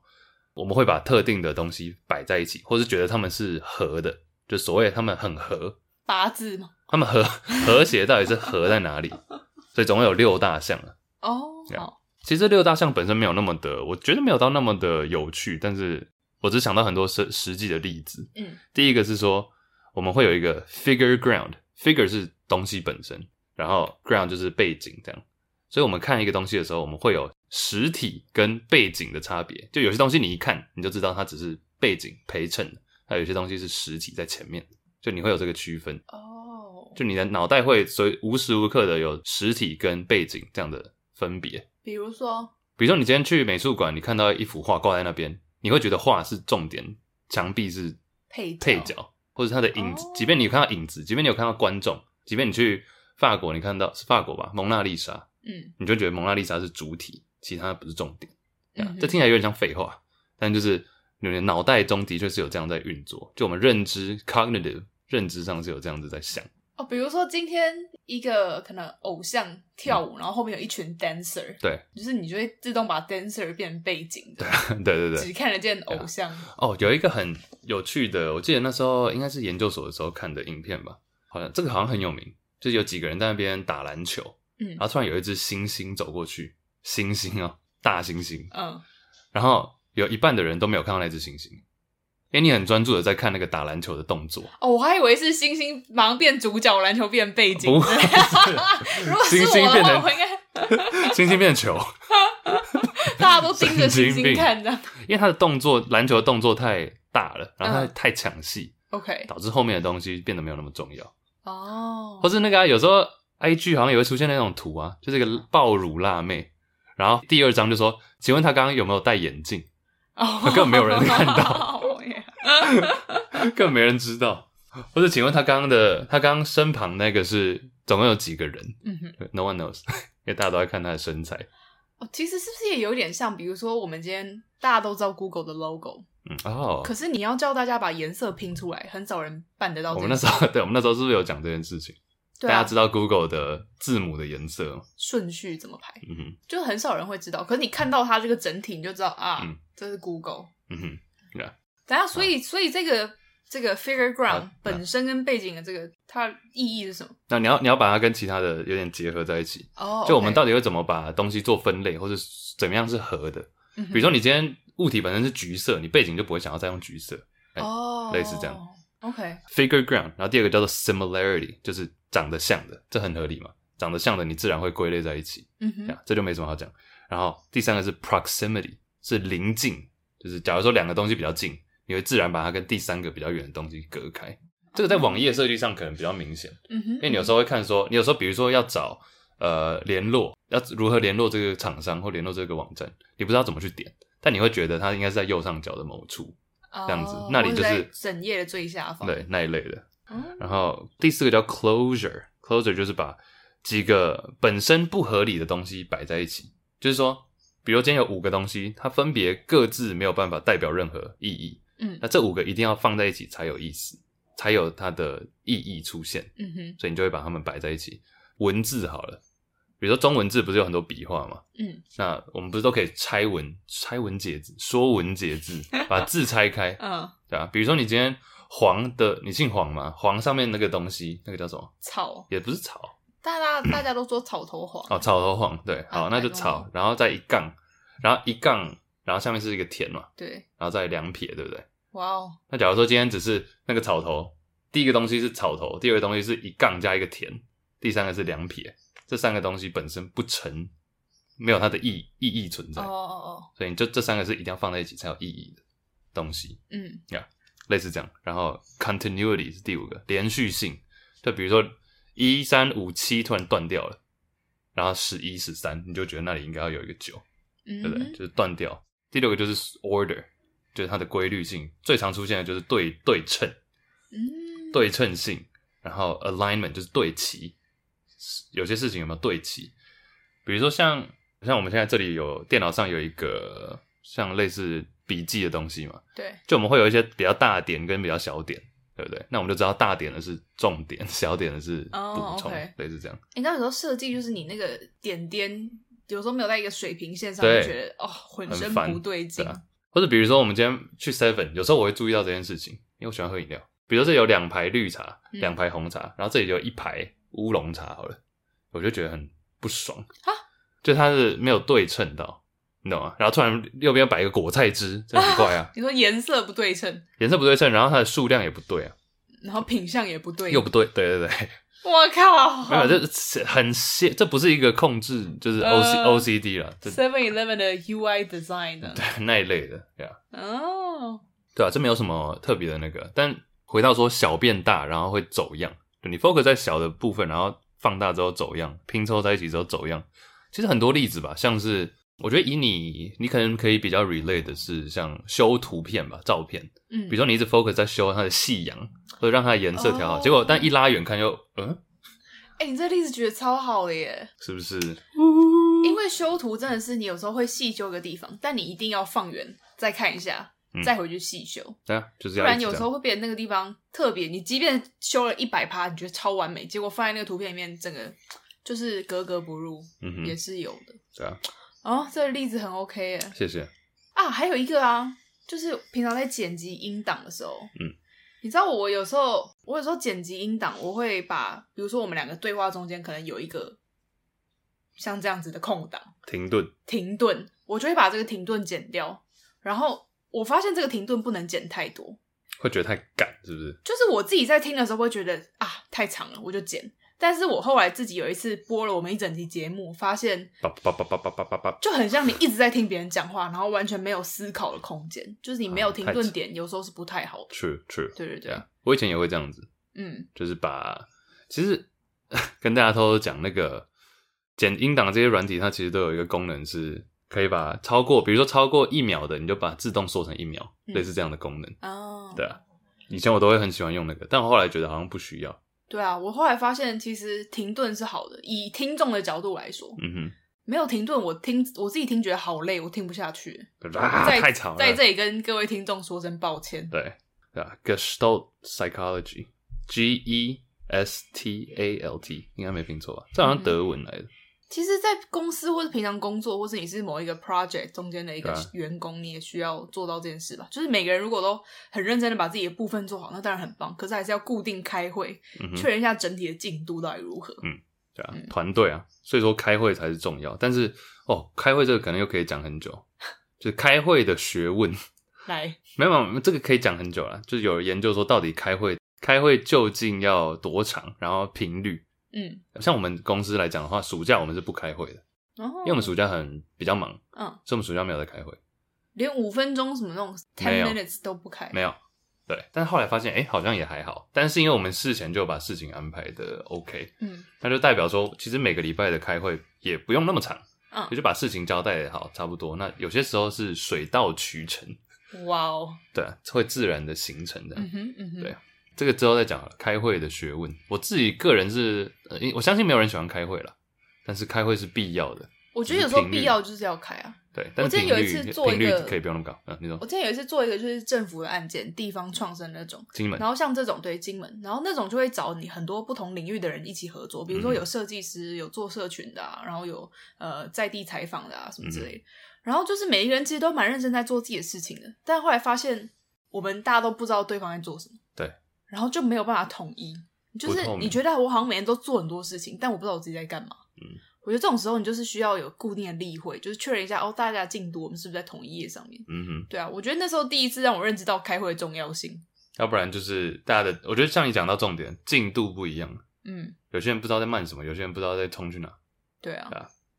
S1: 我们会把特定的东西摆在一起，或是觉得他们是合的，就所谓他们很合，
S2: 八字吗？
S1: 他们和 和谐到底是和在哪里？所以总共有六大项啊。
S2: 哦，
S1: 这样
S2: 好，
S1: 其实这六大项本身没有那么的，我觉得没有到那么的有趣，但是我只想到很多实实际的例子。
S2: 嗯
S1: 第一个是说，我们会有一个 figure ground，figure 是东西本身，然后 ground 就是背景这样。所以我们看一个东西的时候，我们会有实体跟背景的差别。就有些东西你一看你就知道它只是背景陪衬的，那有些东西是实体在前面，就你会有这个区分。
S2: 哦，
S1: 就你的脑袋会随无时无刻的有实体跟背景这样的分别。
S2: 比如说，
S1: 比如说，你今天去美术馆，你看到一幅画挂在那边，你会觉得画是重点，墙壁是
S2: 配角
S1: 配角，或者它的影子
S2: 哦。
S1: 即便你有看到影子，即便你有看到观众，即便你去法国，你看到是法国吧，蒙娜丽莎，
S2: 嗯
S1: 你就觉得蒙娜丽莎是主体，其他不是重点。这样
S2: 嗯哼
S1: 这听起来有点像废话，但就是你的脑袋中的确是有这样在运作，就我们认知 cognitive 认知上是有这样子在想。
S2: 哦，比如说今天一个可能偶像跳舞，然后后面有一群 dancer，
S1: 嗯对，
S2: 就是你就会自动把 dancer 变成背景的，
S1: 对啊对对，
S2: 只看得见偶像。
S1: 哦，有一个很有趣的，我记得那时候应该是研究所的时候看的影片吧，好像这个好像很有名，就是有几个人在那边打篮球，
S2: 嗯
S1: 然后突然有一只猩猩走过去，猩猩哦，大猩猩，
S2: 嗯，
S1: 然后有一半的人都没有看到那只猩猩，因为你很专注的在看那个打篮球的动作，
S2: 哦，我还以为是星星马上变主角，篮球变背景。
S1: 不是
S2: 如果是
S1: 星
S2: 我
S1: 星
S2: 的
S1: 变
S2: 话，
S1: 成
S2: 我应该
S1: 猩猩变球，
S2: 大家都盯着
S1: 神
S2: 星
S1: 经
S2: 星
S1: 病
S2: 看这样。
S1: 因为他的动作篮球的动作太大了，然后他
S2: 嗯
S1: 太抢戏，
S2: OK，
S1: 导致后面的东西变得没有那么重要。
S2: 哦
S1: 或，是那个、啊、有时候 IG 好像也会出现那种图啊，就是一个爆乳辣妹，然后第二张就说，请问她刚刚有没有戴眼镜？
S2: 哦
S1: 根本没有人看 到
S2: 哦耶
S1: 更没人知道。或者请问她刚刚的，她刚刚身旁那个是总共有几个人
S2: 嗯哼，
S1: ？No one knows，因为 大家都在看她的身材。
S2: 哦，其实是不是也有点像，比如说我们今天大家都知道 Google 的 logo，
S1: 嗯，哦，
S2: 可是你要叫大家把颜色拼出来，很少人办得到
S1: 我
S2: 这
S1: 们那
S2: 件事。
S1: 时候，对我们那时候是不是有讲这件事情？
S2: 对
S1: 大
S2: 啊
S1: 家，知道 Google 的字母的颜色吗？
S2: 顺序怎么排，
S1: 嗯哼，
S2: 就很少人会知道。可是你看到它这个整体，你就知道啊，
S1: 嗯
S2: 这是 Google。
S1: 嗯哼。
S2: 等一下，所以所以这个这个 figure ground、
S1: 啊
S2: 本身跟背景的这个它意义是什么？
S1: 那你要你要把它跟其他的有点结合在一起，
S2: 哦，
S1: 就我们
S2: OK
S1: 到底会怎么把东西做分类，或者怎么样是合的？
S2: 嗯哼
S1: 比如说你今天物体本身是橘色，你背景就不会想要再用橘色。哎
S2: 哦，
S1: 类似这样。
S2: OK，
S1: Figure ground，然后第二个叫做 similarity，就是长得像的，这很合理嘛？长得像的你自然会归类在一起，
S2: 嗯
S1: 这
S2: 哼，
S1: 样这就没什么好讲。然后第三个是 proximity，是临近，就是假如说两个东西比较近，你会自然把它跟第三个比较远的东西隔开。这个在网页设计上可能比较明显，
S2: 嗯哼，
S1: 因为你有时候会看说，你有时候比如说要找呃联络，要如何联络这个厂商或联络这个网站，你不知道怎么去点，但你会觉得它应该是在右上角的某处，这样子
S2: 哦
S1: 那里
S2: 或者
S1: 就是
S2: 在整页的最下方。
S1: 对那一类的。
S3: 啊
S2: 嗯，
S1: 然后第四个叫 closure，closure 就是把几个本身不合理的东西摆在一起，就是说，比如今天有五个东西，它分别各自没有办法代表任何意义，
S2: 嗯
S1: 那这五个一定要放在一起才有意思，才有它的意义出现，
S2: 嗯哼，
S1: 所以你就会把它们摆在一起。文字好了，比如说中文字不是有很多笔画嘛，
S2: 嗯，
S1: 那我们不是都可以拆文、拆文解字、说文解字，把字拆开，
S2: 嗯，
S1: 对啊，比如说你今天黄的，你姓黄嘛？黄上面那个东西，那个叫什么？
S2: 草，
S1: 也不是草
S2: 大家大家都说草头黄。
S1: 哦，草头黄。对，好，
S2: 啊
S1: 那就
S2: 草头
S1: 草
S2: 黄，
S1: 然后再一杠，然后一杠，然后下面是一个田嘛，
S2: 对，
S1: 然后再两撇，对不对？
S2: 哇哦，
S1: 那假如说今天只是那个草头，第一个东西是草头，第二个东西是一杠加一个田，第三个是两撇，这三个东西本身不成，没有它的意意义存在
S2: 哦，哦哦，
S1: 所以你就这三个是一定要放在一起才有意义的东西。
S2: 嗯
S1: 类似这样。然后 continuity 是第五个，连续性。就比如说一三五七突然断掉了，然后十一十三，你就觉得那里应该要有一个九，
S2: 嗯
S1: 对不
S2: 哼，
S1: 对？就是断掉。第六个就是 order，就是它的规律性。最常出现的就是对对称、
S2: 嗯，
S1: 对称性，然后 alignment 就是对齐。有些事情有没有对齐？比如说像像我们现在这里有电脑上有一个像类似笔记的东西嘛，
S2: 对，
S1: 就我们会有一些比较大点跟比较小点，对不对？那我们就知道大点的是重点， 小点的是
S2: 哦
S1: 补充
S2: OK
S1: 类似这样。
S2: 你知道有时候设计就是你那个点点，有时候没有在一个水平线上，
S1: 对
S2: 就觉得哦，浑身
S1: 很烦
S2: 不对劲
S1: 对。啊或者比如说，我们今天去 Seven，有时候我会注意到这件事情，因为我喜欢喝饮料。比如说这有两排绿茶，
S2: 嗯
S1: 两排红茶，然后这里有一排乌龙茶，好了，我就觉得很不爽
S2: 啊，
S1: 就它是没有对称到，你懂吗？然后突然右边摆一个果菜汁，这很怪 啊，
S2: 你说颜色不对称，
S1: 颜色不对称，然后它的数量也不对啊，
S2: 然后品相也不对，
S1: 又不对，对对对，
S2: 我靠，
S1: 没有，这是很限，这不是一个控制，就是 O C、
S2: 哦呃
S1: O C D 啦，这
S2: Seven Eleven 的 UI design 呢？
S1: 那一类的，对啊，
S2: 哦，
S1: 对啊，这没有什么特别的那个。但回到说小变大，然后会走样，就你 focus 在小的部分，然后放大之后走样，拼凑在一起之后走样。其实很多例子吧，像是我觉得以你，你可能可以比较 relate 的是像修图片吧，照片，
S2: 嗯，
S1: 比如说你一直 focus 在修它的细阳，或者让它的颜色调好，
S2: 哦
S1: 结果但一拉远看又嗯，
S2: 哎、你这例子举得超好的耶！
S1: 是不是？
S3: 哎
S2: 因为修图真的是你有时候会细修个地方，但你一定要放远再看一下，
S1: 嗯
S2: 再回去细修，
S1: 对啊，就是
S2: 不
S1: 要
S2: 然
S1: 一直
S2: 有
S1: 这
S2: 时
S1: 样
S2: 候会变得那个地方特别，你即便修了一百趴，你觉得超完美，结果放在那个图片里面，整个就是格格不入，
S1: 嗯
S2: 也
S1: 哼，
S2: 是有的。
S1: 对啊，
S2: 哦，这个例子很 OK 耶！
S1: 谢谢。
S2: 啊，还有一个啊，就是平常在剪辑音档的时候，
S1: 嗯，
S2: 你知道我有时候，我有时候剪辑音档，我会把，比如说我们两个对话中间可能有一个像这样子的空档
S1: 停顿，
S2: 停顿，我就会把这个停顿剪掉。然后我发现这个停顿不能剪太多，
S1: 会觉得太赶，是不是？
S2: 就是我自己在听的时候会觉得啊太长了，我就剪。但是我后来自己有一次播了我们一整集节目，发现
S1: 叭叭叭叭叭叭叭叭，
S2: 就很像你一直在听别人讲话，然后完全没有思考的空间，就是你没
S1: 啊
S2: 有停顿点，有时候是不太好的。
S1: true true，
S2: 对对对，
S1: 啊，我以前也会这样子，
S2: 嗯，
S1: 就是把其实 跟大家偷偷讲那个剪音档这些软体，它其实都有一个功能是可以把超过，比如说超过一秒的，你就把它自动缩成一秒，
S2: 嗯
S1: 类似这样的功能。
S2: 哦，
S1: 对啊，以前我都会很喜欢用那个，但我后来觉得好像不需要。
S2: 对啊，我后来发现其实停顿是好的，以听众的角度来说，
S1: 嗯哼。
S2: 没有停顿，我听我自己听觉得好累，我听不下去。
S1: 啊
S2: 在
S1: 太吵了，
S2: 在这里跟各位听众说声抱歉。
S1: 对对啊，Gestalt Psychology，G E S T A L T，应该没拼错吧？这好
S2: 嗯
S1: 像德文来的，
S2: 其实，在公司或是平常工作，或是你是某一个 project 中间的一个
S1: 对啊
S2: 员工，你也需要做到这件事吧。就是每个人如果都很认真的把自己的部分做好，那当然很棒。可是还是要固定开会，
S1: 嗯
S2: 确
S1: 哼，
S2: 认一下整体的进度到底如何。
S1: 对啊
S2: 嗯，
S1: 团队啊，所以说开会才是重要。但是哦，开会这个可能又可以讲很久， 就是开会的学问，
S2: 来，
S1: 没有，没有这个可以讲很久了。就是有研究说，到底开会开会究竟要多长，然后频率。
S2: 嗯，
S1: 像我们公司来讲的话，暑假我们是不开会的，
S2: 然后
S1: 因为我们暑假很比较忙，
S2: 哦嗯，
S1: 所以我们暑假没有在开会。
S2: 连五分钟什么那种 ten
S1: 没有
S2: minutes 都不开，
S1: 没有，对。但后来发现，哎、好像也还好。但是因为我们事前就把事情安排的 OK，
S2: 嗯
S1: 那就代表说，其实每个礼拜的开会也不用那么长，也
S2: 嗯，
S1: 就把事情交代好，差不多。那有些时候是水到渠成，
S2: 哇哦，
S1: 对啊、会自然的形成的。
S2: 嗯哼嗯哼，
S1: 对啊这个之后再讲好了，开会的学问。我自己个人是，呃因我相信没有人喜欢开会啦，但是开会是必要的。
S2: 我觉得有时候必要就是要开啊。
S1: 对，但
S2: 我
S1: 是
S2: 之
S1: 频
S2: 前有一
S1: 率
S2: 次做一
S1: 频率
S2: 个
S1: 可以不用那么高。嗯，你说
S2: 我之前有一次做一个就是政府的案件，地方创生那种，
S1: 金门
S2: 然后像这种对金门，然后那种就会找你很多不同领域的人一起合作，比如说
S1: 嗯
S2: 有设计师，有做社群的、啊，然后有呃在地采访的啊什么
S1: 嗯
S2: 之类的。然后就是每一个人其实都蛮认真在做自己的事情的，但后来发现我们大家都不知道对方在做什么，
S1: 对，
S2: 然后就没有办法统一。就是
S1: 不透明
S2: 你觉得我好像每天都做很多事情，但我不知道我自己在干嘛。
S1: 嗯，
S2: 我觉得这种时候你就是需要有固定的例会，就是确认一下哦，大家的进度我们是不是在同一页上面。
S1: 嗯哼。
S2: 对啊，我觉得那时候第一次让我认知到开会的重要性。
S1: 要不然就是大家的，我觉得像你讲到重点，进度不一样，
S2: 嗯，
S1: 有些人不知道在慢什么，有些人不知道在冲去哪。
S2: 对啊，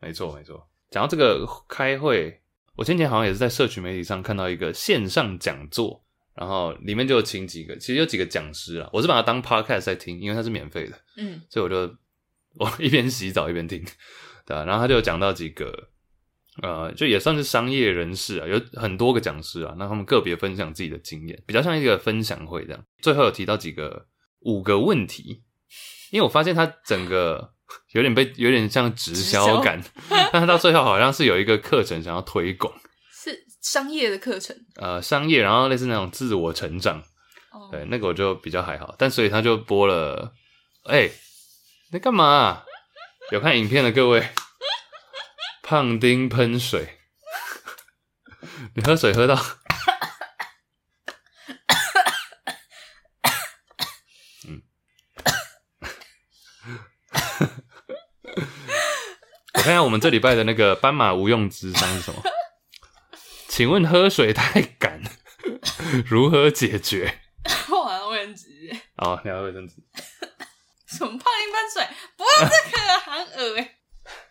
S1: 没错，没错。讲到这个开会，我前几天好像也是在社群媒体上看到一个线上讲座，然后里面就有请几个，其实有几个讲师啦，我是把它当 podcast 在听，因为它是免费的，
S2: 嗯
S1: 所以我就我一边洗澡一边听，对啊，然后他就有讲到几个，呃，就也算是商业人士啊，有很多个讲师啊，那他们个别分享自己的经验，比较像一个分享会这样。最后有提到几个五个问题，因为我发现他整个有点被有点像直销 感，但他到最后好像是有一个课程想要推广，
S2: 是商业的课程。
S1: 呃，商业，然后类似那种自我成长，
S2: 哦
S1: 对，那个我就比较还好，但所以他就播了，哎、你在干嘛啊、有看影片的各位，胖丁喷水， 你喝水喝到，嗯，我看一下我们这礼拜的那个斑马无用之伤是什么？请问喝水太赶如何解决？
S2: 我好像会很直接，
S1: 哦，聊卫生纸，
S2: 什么泡一般水，不要这个很恶哎、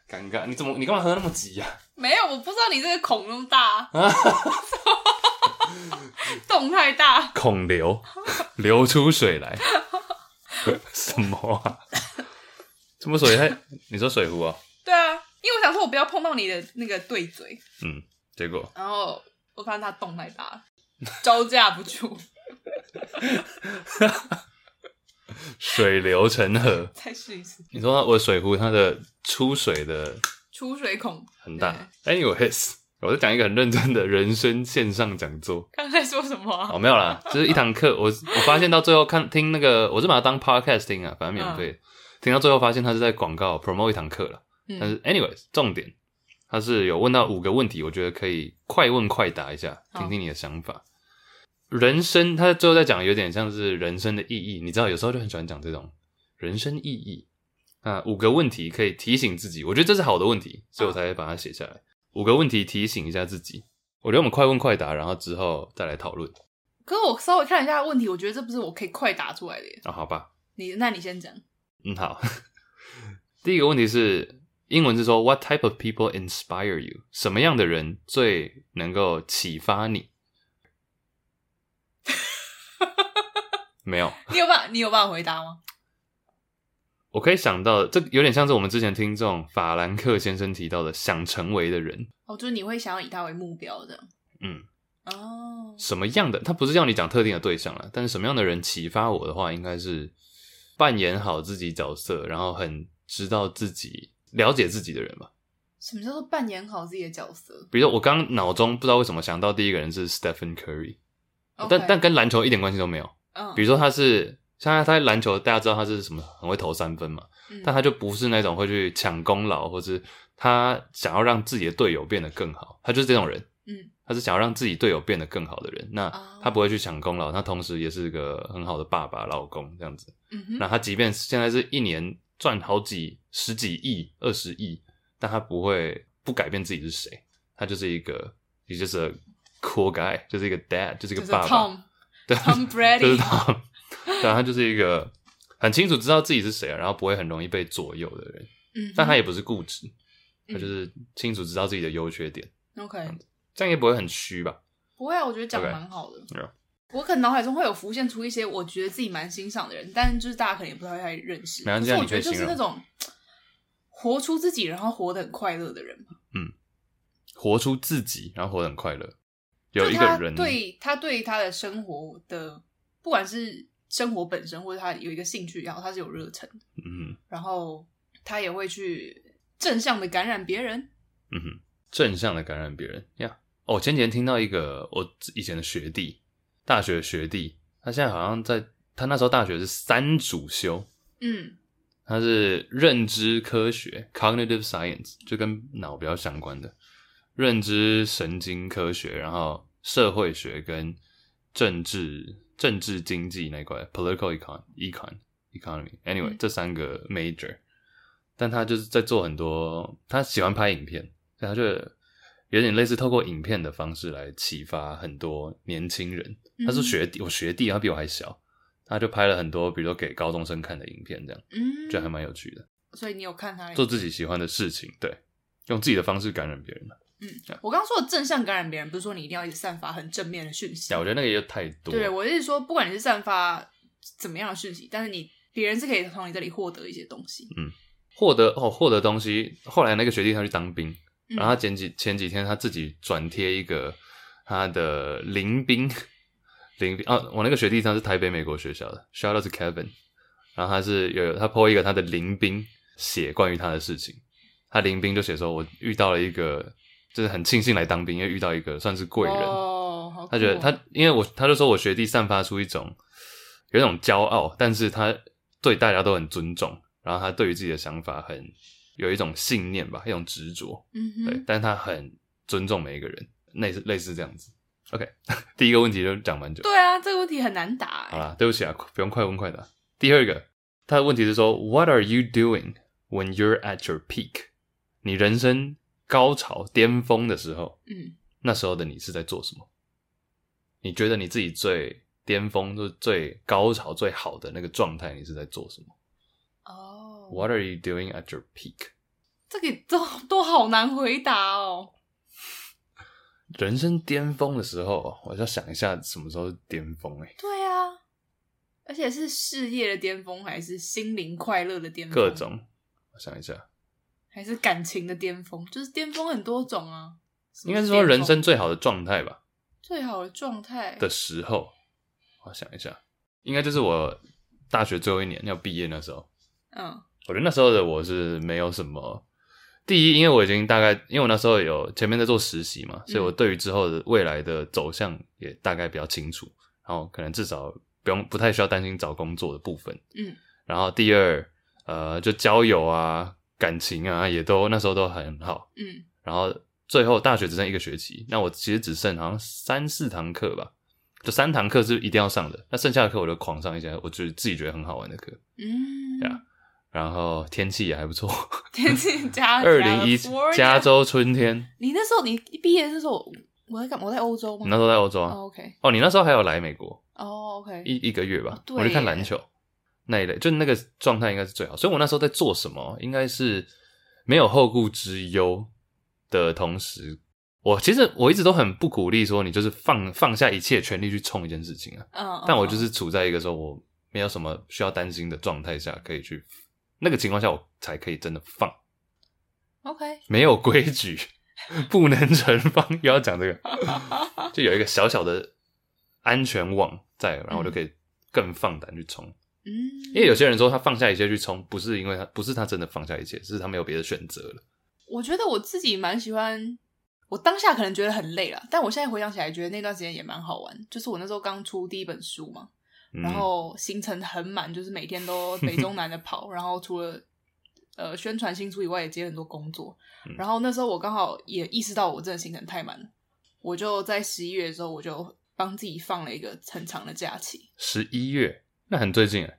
S1: 尴尬，你怎么你干嘛喝那么急啊呀、
S2: 没有，我不知道你这个孔那么大、 啊，洞太大，
S1: 孔流流出水来，什么啊？什么水还？你说水壶哦？
S2: 对啊，因为我想说我不要碰到你的那个对嘴，
S1: 嗯，结果
S2: 然后我发现它洞太大了，招架不住，
S1: 水流成河。
S2: 再试一次，
S1: 你说我的水壶它的出水的
S2: 出水孔
S1: 很大。Anyways，我在讲一个很认真的人生线上讲座。
S2: 刚才说什么啊、
S1: 哦，没有啦，就是一堂课，我我发现到最后看听那个，我是把它当 podcast 听啊，反正免费的。听到最后发现他是在广告 promote 一堂课了。但
S2: 嗯，
S1: 是，anyways，重点，他是有问到五个问题，我觉得可以快问快答一下，
S2: 好
S1: 听听你的想法。人生，他最后在讲，有点像是人生的意义。你知道，有时候就很喜欢讲这种人生意义。那五个问题可以提醒自己，我觉得这是好的问题，所以我才把它写下来。五个问题提醒一下自己。我觉得我们快问快答，然后之后再来讨论
S2: 可是我稍微看了一下问题，我觉得这不是我可以快答出来的耶。
S1: 啊，好吧？
S2: 你那你先讲，
S1: 哦嗯，好， 第一个问题是，英文是说 What type of people inspire you？什么样的人最能够启发你？没有，
S2: 你有办你有办法回答吗？
S1: 我可以想到，这有点像是我们之前听众法兰克先生提到的，想成为的人，
S2: 哦，就是你会想要以他为目标这样。
S1: 嗯，
S2: 哦，
S1: 什么样的？他不是要你讲特定的对象了，但是什么样的人启发我的话，应该是扮演好自己角色，然后很知道自己、了解自己的人吧。
S2: 什么叫做扮演好自己的角色？
S1: 比如说，我刚脑中不知道为什么想到第一个人是 Stephen Curry，但
S2: OK，
S1: 但跟篮球一点关系都没有。
S2: 嗯，
S1: 比如说他是，像他在篮球，大家知道他是什么，很会投三分嘛，
S2: 嗯
S1: 但他就不是那种会去抢功劳，或是他想要让自己的队友变得更好，他就是这种人。
S2: 嗯，
S1: 他是想要让自己队友变得更好的人，那
S2: 哦
S1: 他不会去抢功劳，他同时也是个很好的爸爸、老公这样子。
S2: 嗯哼，
S1: 那他即便现在是一年赚好几十几亿、二十亿，但他不会不改变自己是谁，他就是一个，也就是 a cool guy，就是一个 dad，就是一
S2: 就
S1: 个
S2: 是
S1: 爸爸。
S2: Tom
S1: 对
S2: Tom
S1: 就是
S2: Brady，
S1: 他，对啊，他就是一个很清楚知道自己是谁啊，然后不会很容易被左右的人，
S2: 嗯哼，
S1: 但他也不是固执，他
S2: 嗯
S1: 就是清楚知道自己的优缺点，
S2: OK，
S1: 这样也不会很虚吧？
S2: 不会啊，我觉得讲的
S1: OK
S2: 蛮好的
S1: Yeah。
S2: 我可能脑海中会有浮现出一些我觉得自己蛮欣赏的人，但就是大家可能也不太太认识。
S1: 没关系
S2: 可是
S1: 啊
S2: 我
S1: 你
S2: 觉
S1: 可以
S2: 得就是
S1: 形容
S2: 那种活出自己，然后活得很快乐的人吧。
S1: 活出自己，然后活得很快乐。
S2: 就
S1: 有一个
S2: 他
S1: 人，
S2: 对他对他的生活的，不管是生活本身，或者他有一个兴趣，然后他是有热忱的，
S1: 嗯
S2: 然后他也会去正向的感染别人。
S1: 嗯哼，正向的感染别人呀。哦，前几天听到一个我以前的学弟，大学学弟，他现在好像在，他那时候大学是三主修，
S2: 嗯
S1: 它是认知科学 （cognitive science），就跟脑比较相关的认知神经科学，然后社会学跟政治、政治经济那一块 （political econ、econ、economy）。Anyway，、
S2: 嗯
S1: 这三个 major，但他就是在做很多，他喜欢拍影片，所以他就有点类似透过影片的方式来启发很多年轻人。他是
S2: 嗯
S1: 学弟，我学弟，他比我还小，他就拍了很多，比如说给高中生看的影片这样。
S2: 嗯，
S1: 觉得还蛮有趣的，
S2: 所以你有看他的
S1: 做自己喜欢的事情，对，用自己的方式感染别人。
S2: 我刚刚说的正向感染别人，不是说你一定要一直散发很正面的讯息
S1: 呀，。我觉得那个也太多，
S2: 对，我是说，不管你是散发怎么样的讯息，但是你别人是可以从你这里获得一些东西。
S1: 获得哦，获得东西。后来那个学弟他去当兵，
S2: 嗯
S1: 然后他前几前几天他自己转贴一个他的临兵，临兵啊，我那个学弟他是台北美国学校的，shout out to Kevin，然后他是有他 po 一个他的临兵写关于他的事情，他临兵就写说我遇到了一个，就是很庆幸来当兵，因为遇到一个算是贵人，
S2: 哦，好酷哦
S1: 他觉得他，因为我他就说我学弟散发出一种有一种骄傲，但是他对大家都很尊重，然后他对于自己的想法很有一种信念吧，一种执着，
S2: 嗯
S1: 对，
S2: 哼，
S1: 但是他很尊重每一个人，类似类似这样子。OK，第一 个问题就讲蛮久，
S2: 对啊，这个问题很难答、
S1: 好啦，对不起啊，不用快问快答。第二个，他的问题是说，What are you doing when you're at your peak？你人生高潮巅峰的时候，
S2: 嗯，
S1: 那时候的你是在做什么？你觉得你自己最巅峰、就是最高潮、最好的那个状态，你是在做什么
S2: 哦，
S1: ？What are you doing at your peak？
S2: 这个都都好难回答哦。
S1: 人生巅峰的时候，我要想一下什么时候是巅峰哎、欸
S2: 对啊，而且是事业的巅峰，还是心灵快乐的巅峰？
S1: 各，种，我想一下，
S2: 还是感情的巅峰？就是巅峰很多种啊。什么
S1: 应该是说人
S2: 巅峰
S1: 生最好的状态吧
S2: 最好的状态
S1: 的时候，我想一下，应该就是我大学最后一年要毕业那时候，
S2: 嗯
S1: 我觉得那时候的我是没有什么。第一，因为我已经大概，因为我那时候有前面在做实习嘛，所以我对于之后的未来的走向也大概比较清楚，然后可能至少不用不太需要担心找工作的部分。
S2: 嗯，
S1: 然后第二，呃，就交友啊、感情啊，也都那时候都很好。
S2: 嗯
S1: 然后最后大学只剩一个学期，那我其实只剩好像三四堂课吧，就三堂课是一定要上的，那剩下的课我就狂上一些，我觉得自己觉得很好玩的课。
S2: 嗯
S1: 对啊然后天气也还不错，
S2: 天气啊加
S1: 二零一加。
S2: California
S1: 州春天，
S2: 你那时候你一毕业的时候，我我在干我在欧洲吗？
S1: 你那时候在欧洲啊？
S2: 哦 OK
S1: 哦，你那时候还有来美国
S2: 哦 OK，
S1: 一一个月吧？
S2: 对
S1: 我去看篮球，那一类，就那个状态应该是最好。所以我那时候在做什么，应该是没有后顾之忧的同时，我其实我一直都很不鼓励说你就是放放下一切全力去冲一件事情啊。
S2: 嗯，
S1: 但我就
S2: 嗯
S1: 是处在一个说我没有什么需要担心的状态下，可以去那个情况下，我才可以真的放。
S2: OK，
S1: 没有规矩， 不能成方，又要讲这 个，就有一个小小的安全网在，然后我就可以更放胆去冲。
S2: 嗯，
S1: 因为有些人说他放下一切去冲，不是因为他不是他真的放下一切，是他没有别的选择了。
S2: 我觉得我自己蛮喜欢，我当下可能觉得很累了，但我现在回想起来，觉得那段时间也蛮好玩。就是我那时候刚出第一本书嘛，
S1: 嗯、
S2: 然后行程很满，就是每天都北 中南的跑，然后除了呃宣传新书以外，也接很多工作。
S1: 嗯
S2: 然后那时候我刚好也意识到我真的行程太满了，我就在十一月的时候，我就帮自己放了一个很长的假期。
S1: 十一月，那很最近欸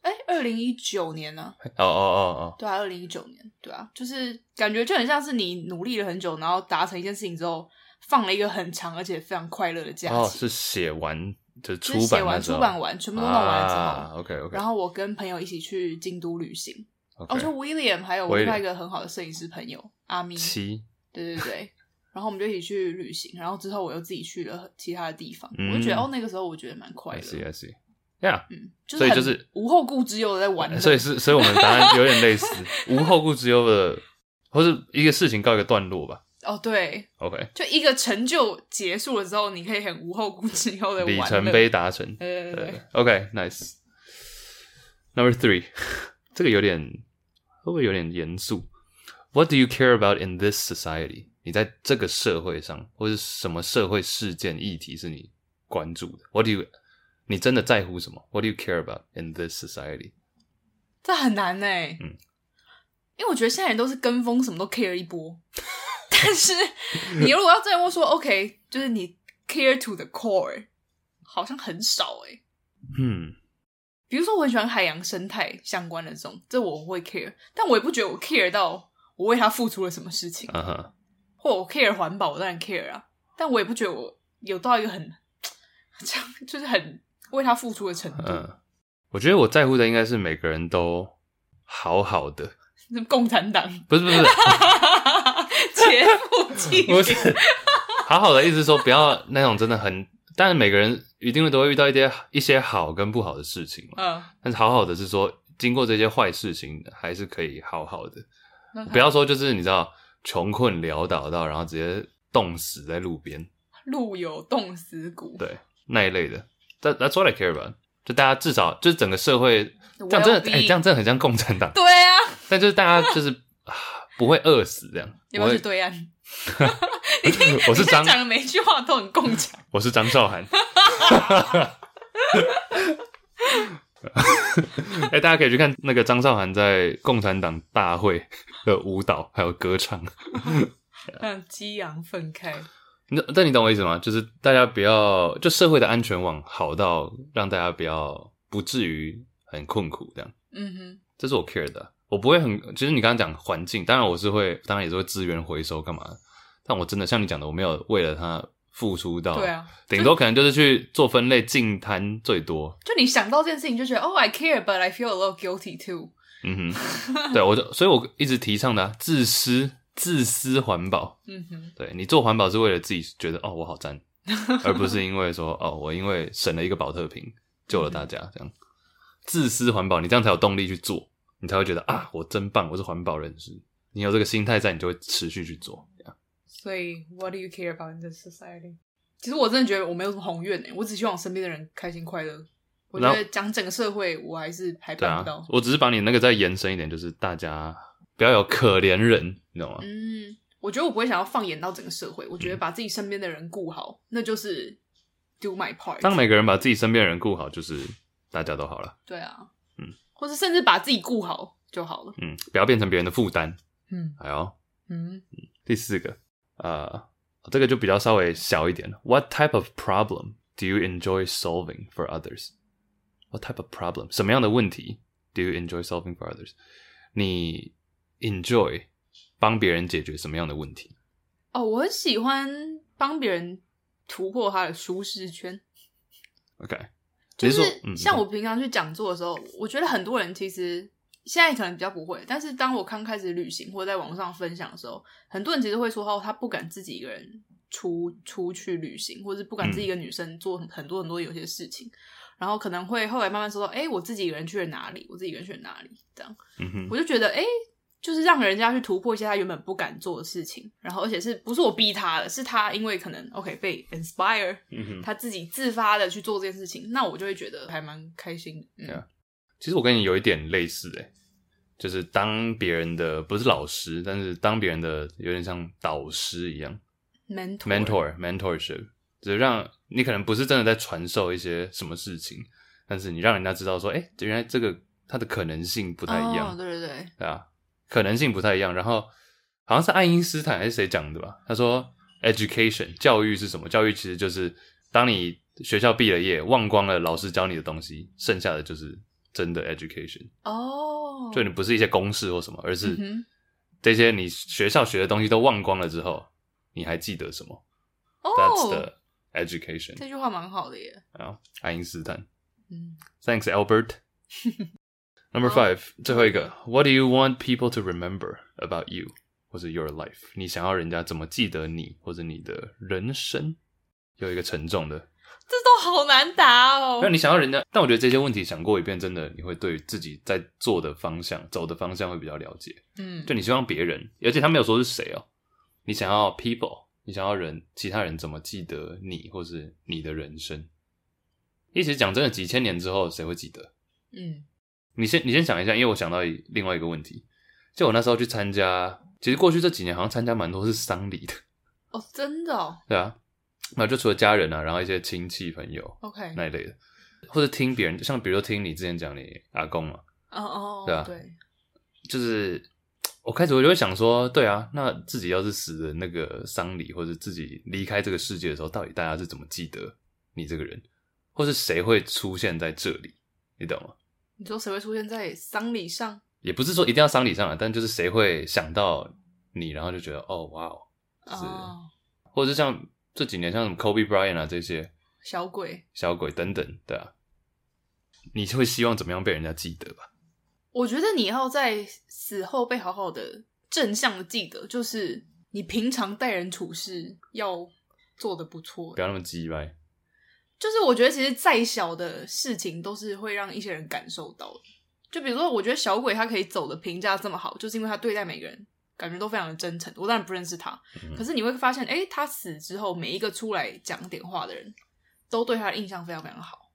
S2: 哎，二零一九年呢、
S1: 哦哦哦哦，
S2: 对啊，二零一九年，对啊，就是感觉就很像是你努力了很久，然后达成一件事情之后，放了一个很长而且非常快乐的假期，
S1: 哦是写完就是出
S2: 就是写
S1: 版
S2: 完、
S1: 那时
S2: 出
S1: 候
S2: 版完，全部都弄完了之后，
S1: 啊、OK OK，
S2: 然后我跟朋友一起去京都旅行。
S1: OK，
S2: 哦，就 William 还有我另
S1: William
S2: 外一个很好的摄影师朋友阿咪，
S1: 七，
S2: 对对对，然后我们就一起去旅行，然后之后我又自己去了其他的地方，
S1: 嗯
S2: 我就觉得哦，那个时候我觉得蛮快
S1: I
S2: 乐
S1: see
S2: 的，
S1: I see，yeah。
S2: 嗯，就
S1: 所以
S2: 很
S1: 就是呃
S2: 无后顾之忧的在玩乐，
S1: 所以是，所以我们答案有点类似，无后顾之忧的，或是一个事情告一个段落吧。
S2: 哦对，
S1: OK，
S2: 就一个成就结束了之后，你可以很无后顾之忧的
S1: 里程碑达成。
S2: 对对
S1: 对
S2: 对，
S1: ，OK，nice。Number three，这 个有点会不会有点严肃？What do you care about in this society？你在这个社会上，或是什么社会事件议题是你关注的？What do you 你真的在乎什么？What do you care about in this society？
S2: 这很难呢、
S1: 嗯
S2: 因为我觉得现在人都是跟风，什么都 care 一波。 但是你如果要这样问说，OK，就是你 care to the core，好像很少哎、
S1: 嗯，
S2: 比如说，我很喜欢海洋生态相关的这种，这我会 care，但我也不觉得我 care 到我为它付出了什么事情。
S1: 啊哈，
S2: 或我 care 环保，我当然 care 啊，但我也不觉得我有到一个很 这样，就是很为它付出的程度。
S1: 嗯，我觉得我在乎的应该是每个人都好好的，
S2: 那共产 党
S1: 不是不是，
S2: 劫富济
S1: 不
S2: 贫，
S1: 是好好的，意思是说不要那种真的很，但是每个人一定都会遇到一些一些好跟不好的事情嘛。
S2: 嗯，
S1: 但是好好的是说，经过这些坏事情，还是可以好好的，
S2: 那他
S1: 不要说就是你知道穷困潦倒到然后直接冻死在路边，
S2: 路有冻死骨。
S1: 对那一类的。That That's what I care about。就大家至少就是整个社会，
S2: Well-being，
S1: 这样真的哎、这样真的很像共产党。
S2: 对啊，
S1: 但就是大家就是 啊不会饿死这样。
S2: 要不要去
S1: 我
S2: 对岸？
S1: 会我是
S2: 你现在
S1: 张
S2: 讲的每一句话都很共产，
S1: 我是张韶 涵。 哎、大家可以去看那个张韶涵在共产党大会的舞蹈，还有歌唱。
S2: 让激昂愤慨。
S1: 那但你懂我意思吗？就是大家不要，就社会的安全网好到让大家不要不至于很困苦这样。
S2: 嗯哼，
S1: 这是我 care 的。我不会很，其实你刚刚讲环境，当然我是会，当然也是会资源回收干嘛的。但我真的像你讲的，我没有为了它付出到，
S2: 对啊，
S1: 顶多可能就是去做分类净摊最多。
S2: 就你想到这件事情，就觉得哦，I care，but I feel a little guilty too。
S1: 嗯 哼，对我就，所以我一直提倡的、啊、自私、自私环保。
S2: 嗯哼，
S1: 对你做环保是为了自己觉得哦我好赞，而不是因为说哦我因为省了一个保特瓶救了大家这样。自私环保，你这样才有动力去做，你才会觉得啊我真棒，我是环保人士。你有这个心态在，你就会持续去做。这样
S2: 所以 What do you care about in this society？其实我真的觉得我没有什么宏愿呢，欸我只希望我身边的人开心快乐。我觉
S1: 那
S2: 得讲整个社会，我还是还
S1: 对
S2: 办
S1: 啊
S2: 不到。，
S1: 我只是把你那个再延伸一点，就是大家不要有可怜人，你懂吗？
S2: 嗯，我觉得我不会想要放眼到整个社会，我觉得把自己身边的人顾好，那就是 do my part。
S1: 当每个人把自己身边的人顾好，就是大家都好了。
S2: 对啊，
S1: 嗯，
S2: 或是甚至把自己顾好就好了。
S1: 嗯，不要变成别人的负担。哎
S2: 嗯
S1: 还有
S2: 嗯，
S1: 第四个，呃，这个就比较稍微小一点了。What type of problem do you enjoy solving for others? What type of problem？什么样的问题 do you enjoy solving for others？你 enjoy 帮别人解决什么样的问题？
S2: 哦，我很喜欢帮别人突破他的舒适圈。
S1: OK，
S2: 就
S1: 你是说
S2: 是
S1: 嗯
S2: 像
S1: 嗯
S2: 我平常去讲座的时候，我觉得很多人其实现在可能比较不会，但是当我刚开始旅行或者在网上分享的时候，很多人其实会说哦，他不敢自己一个人出出去旅行，或者是不敢自
S1: 嗯
S2: 己一个女生做很很多很多有些事情，然后可能会后来慢慢说到，哎、我自己一个人去了哪里，我自己一个人去了哪里，这样。
S1: 嗯哼，
S2: 我就觉得，哎、就是让人家去突破一些他原本不敢做的事情，然后而且是不是我逼他的，是他因为可能 OK 被 inspire，
S1: 嗯哼。
S2: 他自己自发的去做这件事情，那我就会觉得还蛮开心的。嗯
S1: Yeah 其实我跟你有一点类似诶、就是当别人的不是老师，但是当别人的有点像导师一样
S2: m e n t o r
S1: ，mentor mentorship，就是让你可能不是真的在传授一些什么事情，但是你让人家知道说，哎、原来这个它的可能性不
S2: 不
S1: 太一样，
S2: 哦对对对，
S1: 对啊，可能性不太一样。然后好像是爱因斯坦还是谁讲的吧？他说，education 教育是什么？教育其实就是当你学校毕了业，忘光了老师教你的东西，剩下的就是真的 education。
S2: 哦，
S1: 就你不是一些公式或什么，而是
S2: 嗯哼
S1: 这些你学校学的东西都忘光了之后，你还记得什么？That's
S2: 哦，
S1: the education
S2: 这句话蛮好的耶，
S1: 啊，爱因斯坦。
S2: 嗯
S1: Thanks, Albert. Number
S2: 好
S1: five，最后一个，What do you want people to remember about you 或者 your life？你想要人家怎么记得你或者你的人生？有一个沉重的，
S2: 这都好难答哦
S1: 那。你想要人家，但我觉得这些问题想过一遍，真的你会对自己在做的方向、走的方向会比较了解。
S2: 嗯，
S1: 就你希望别人，而且他没有说是谁哦，你想要 people，你想要人，其他人怎么记得你，或是你的人生？一起讲真的，几千年之后谁会记得？
S2: 嗯
S1: 你先你先想一下，因为我想到一另外一个问题，就我那时候去参加，其实过去这几年好像参加蛮多是丧礼的，
S2: 哦，真的哦
S1: 对啊，那就除了家人啊，然后一些亲戚朋友
S2: ，OK，
S1: 那一类的，或者听别人，像比如说听你之前讲你阿公嘛，
S2: 哦哦，
S1: 对啊
S2: 对，
S1: 就是我开始我就会想说，对啊，那自己要是死的那个丧礼，或者自己离开这个世界的时候，到底大家是怎么记得你这个人，或是谁会出现在这里，你懂吗？
S2: 你说谁会出现在丧礼上？
S1: 也不是说一定要丧礼上来，但就是谁会想到你，然后就觉得哦哇哦，就是、
S2: 哦，
S1: 或者是像这几年像什么 Kobe Bryant 啊这些
S2: 小鬼。
S1: 小鬼等等，对啊，你会希望怎么样被人家记得吧？
S2: 我觉得你要在死后被好好的正向的记得，就是你平常待人处事要做的不错
S1: 不。要那么鸡掰，
S2: 就是我觉得其实再小的事情都是会让一些人感受到的。就比如说，我觉得小鬼他可以走的评价这么好，就是因为他对待每个人感觉都非常的真诚。我当然不认识他，
S1: 嗯
S2: 可是你会发现，哎、他死之后，每一个出来讲点话的人，都对他的印象非常非常好。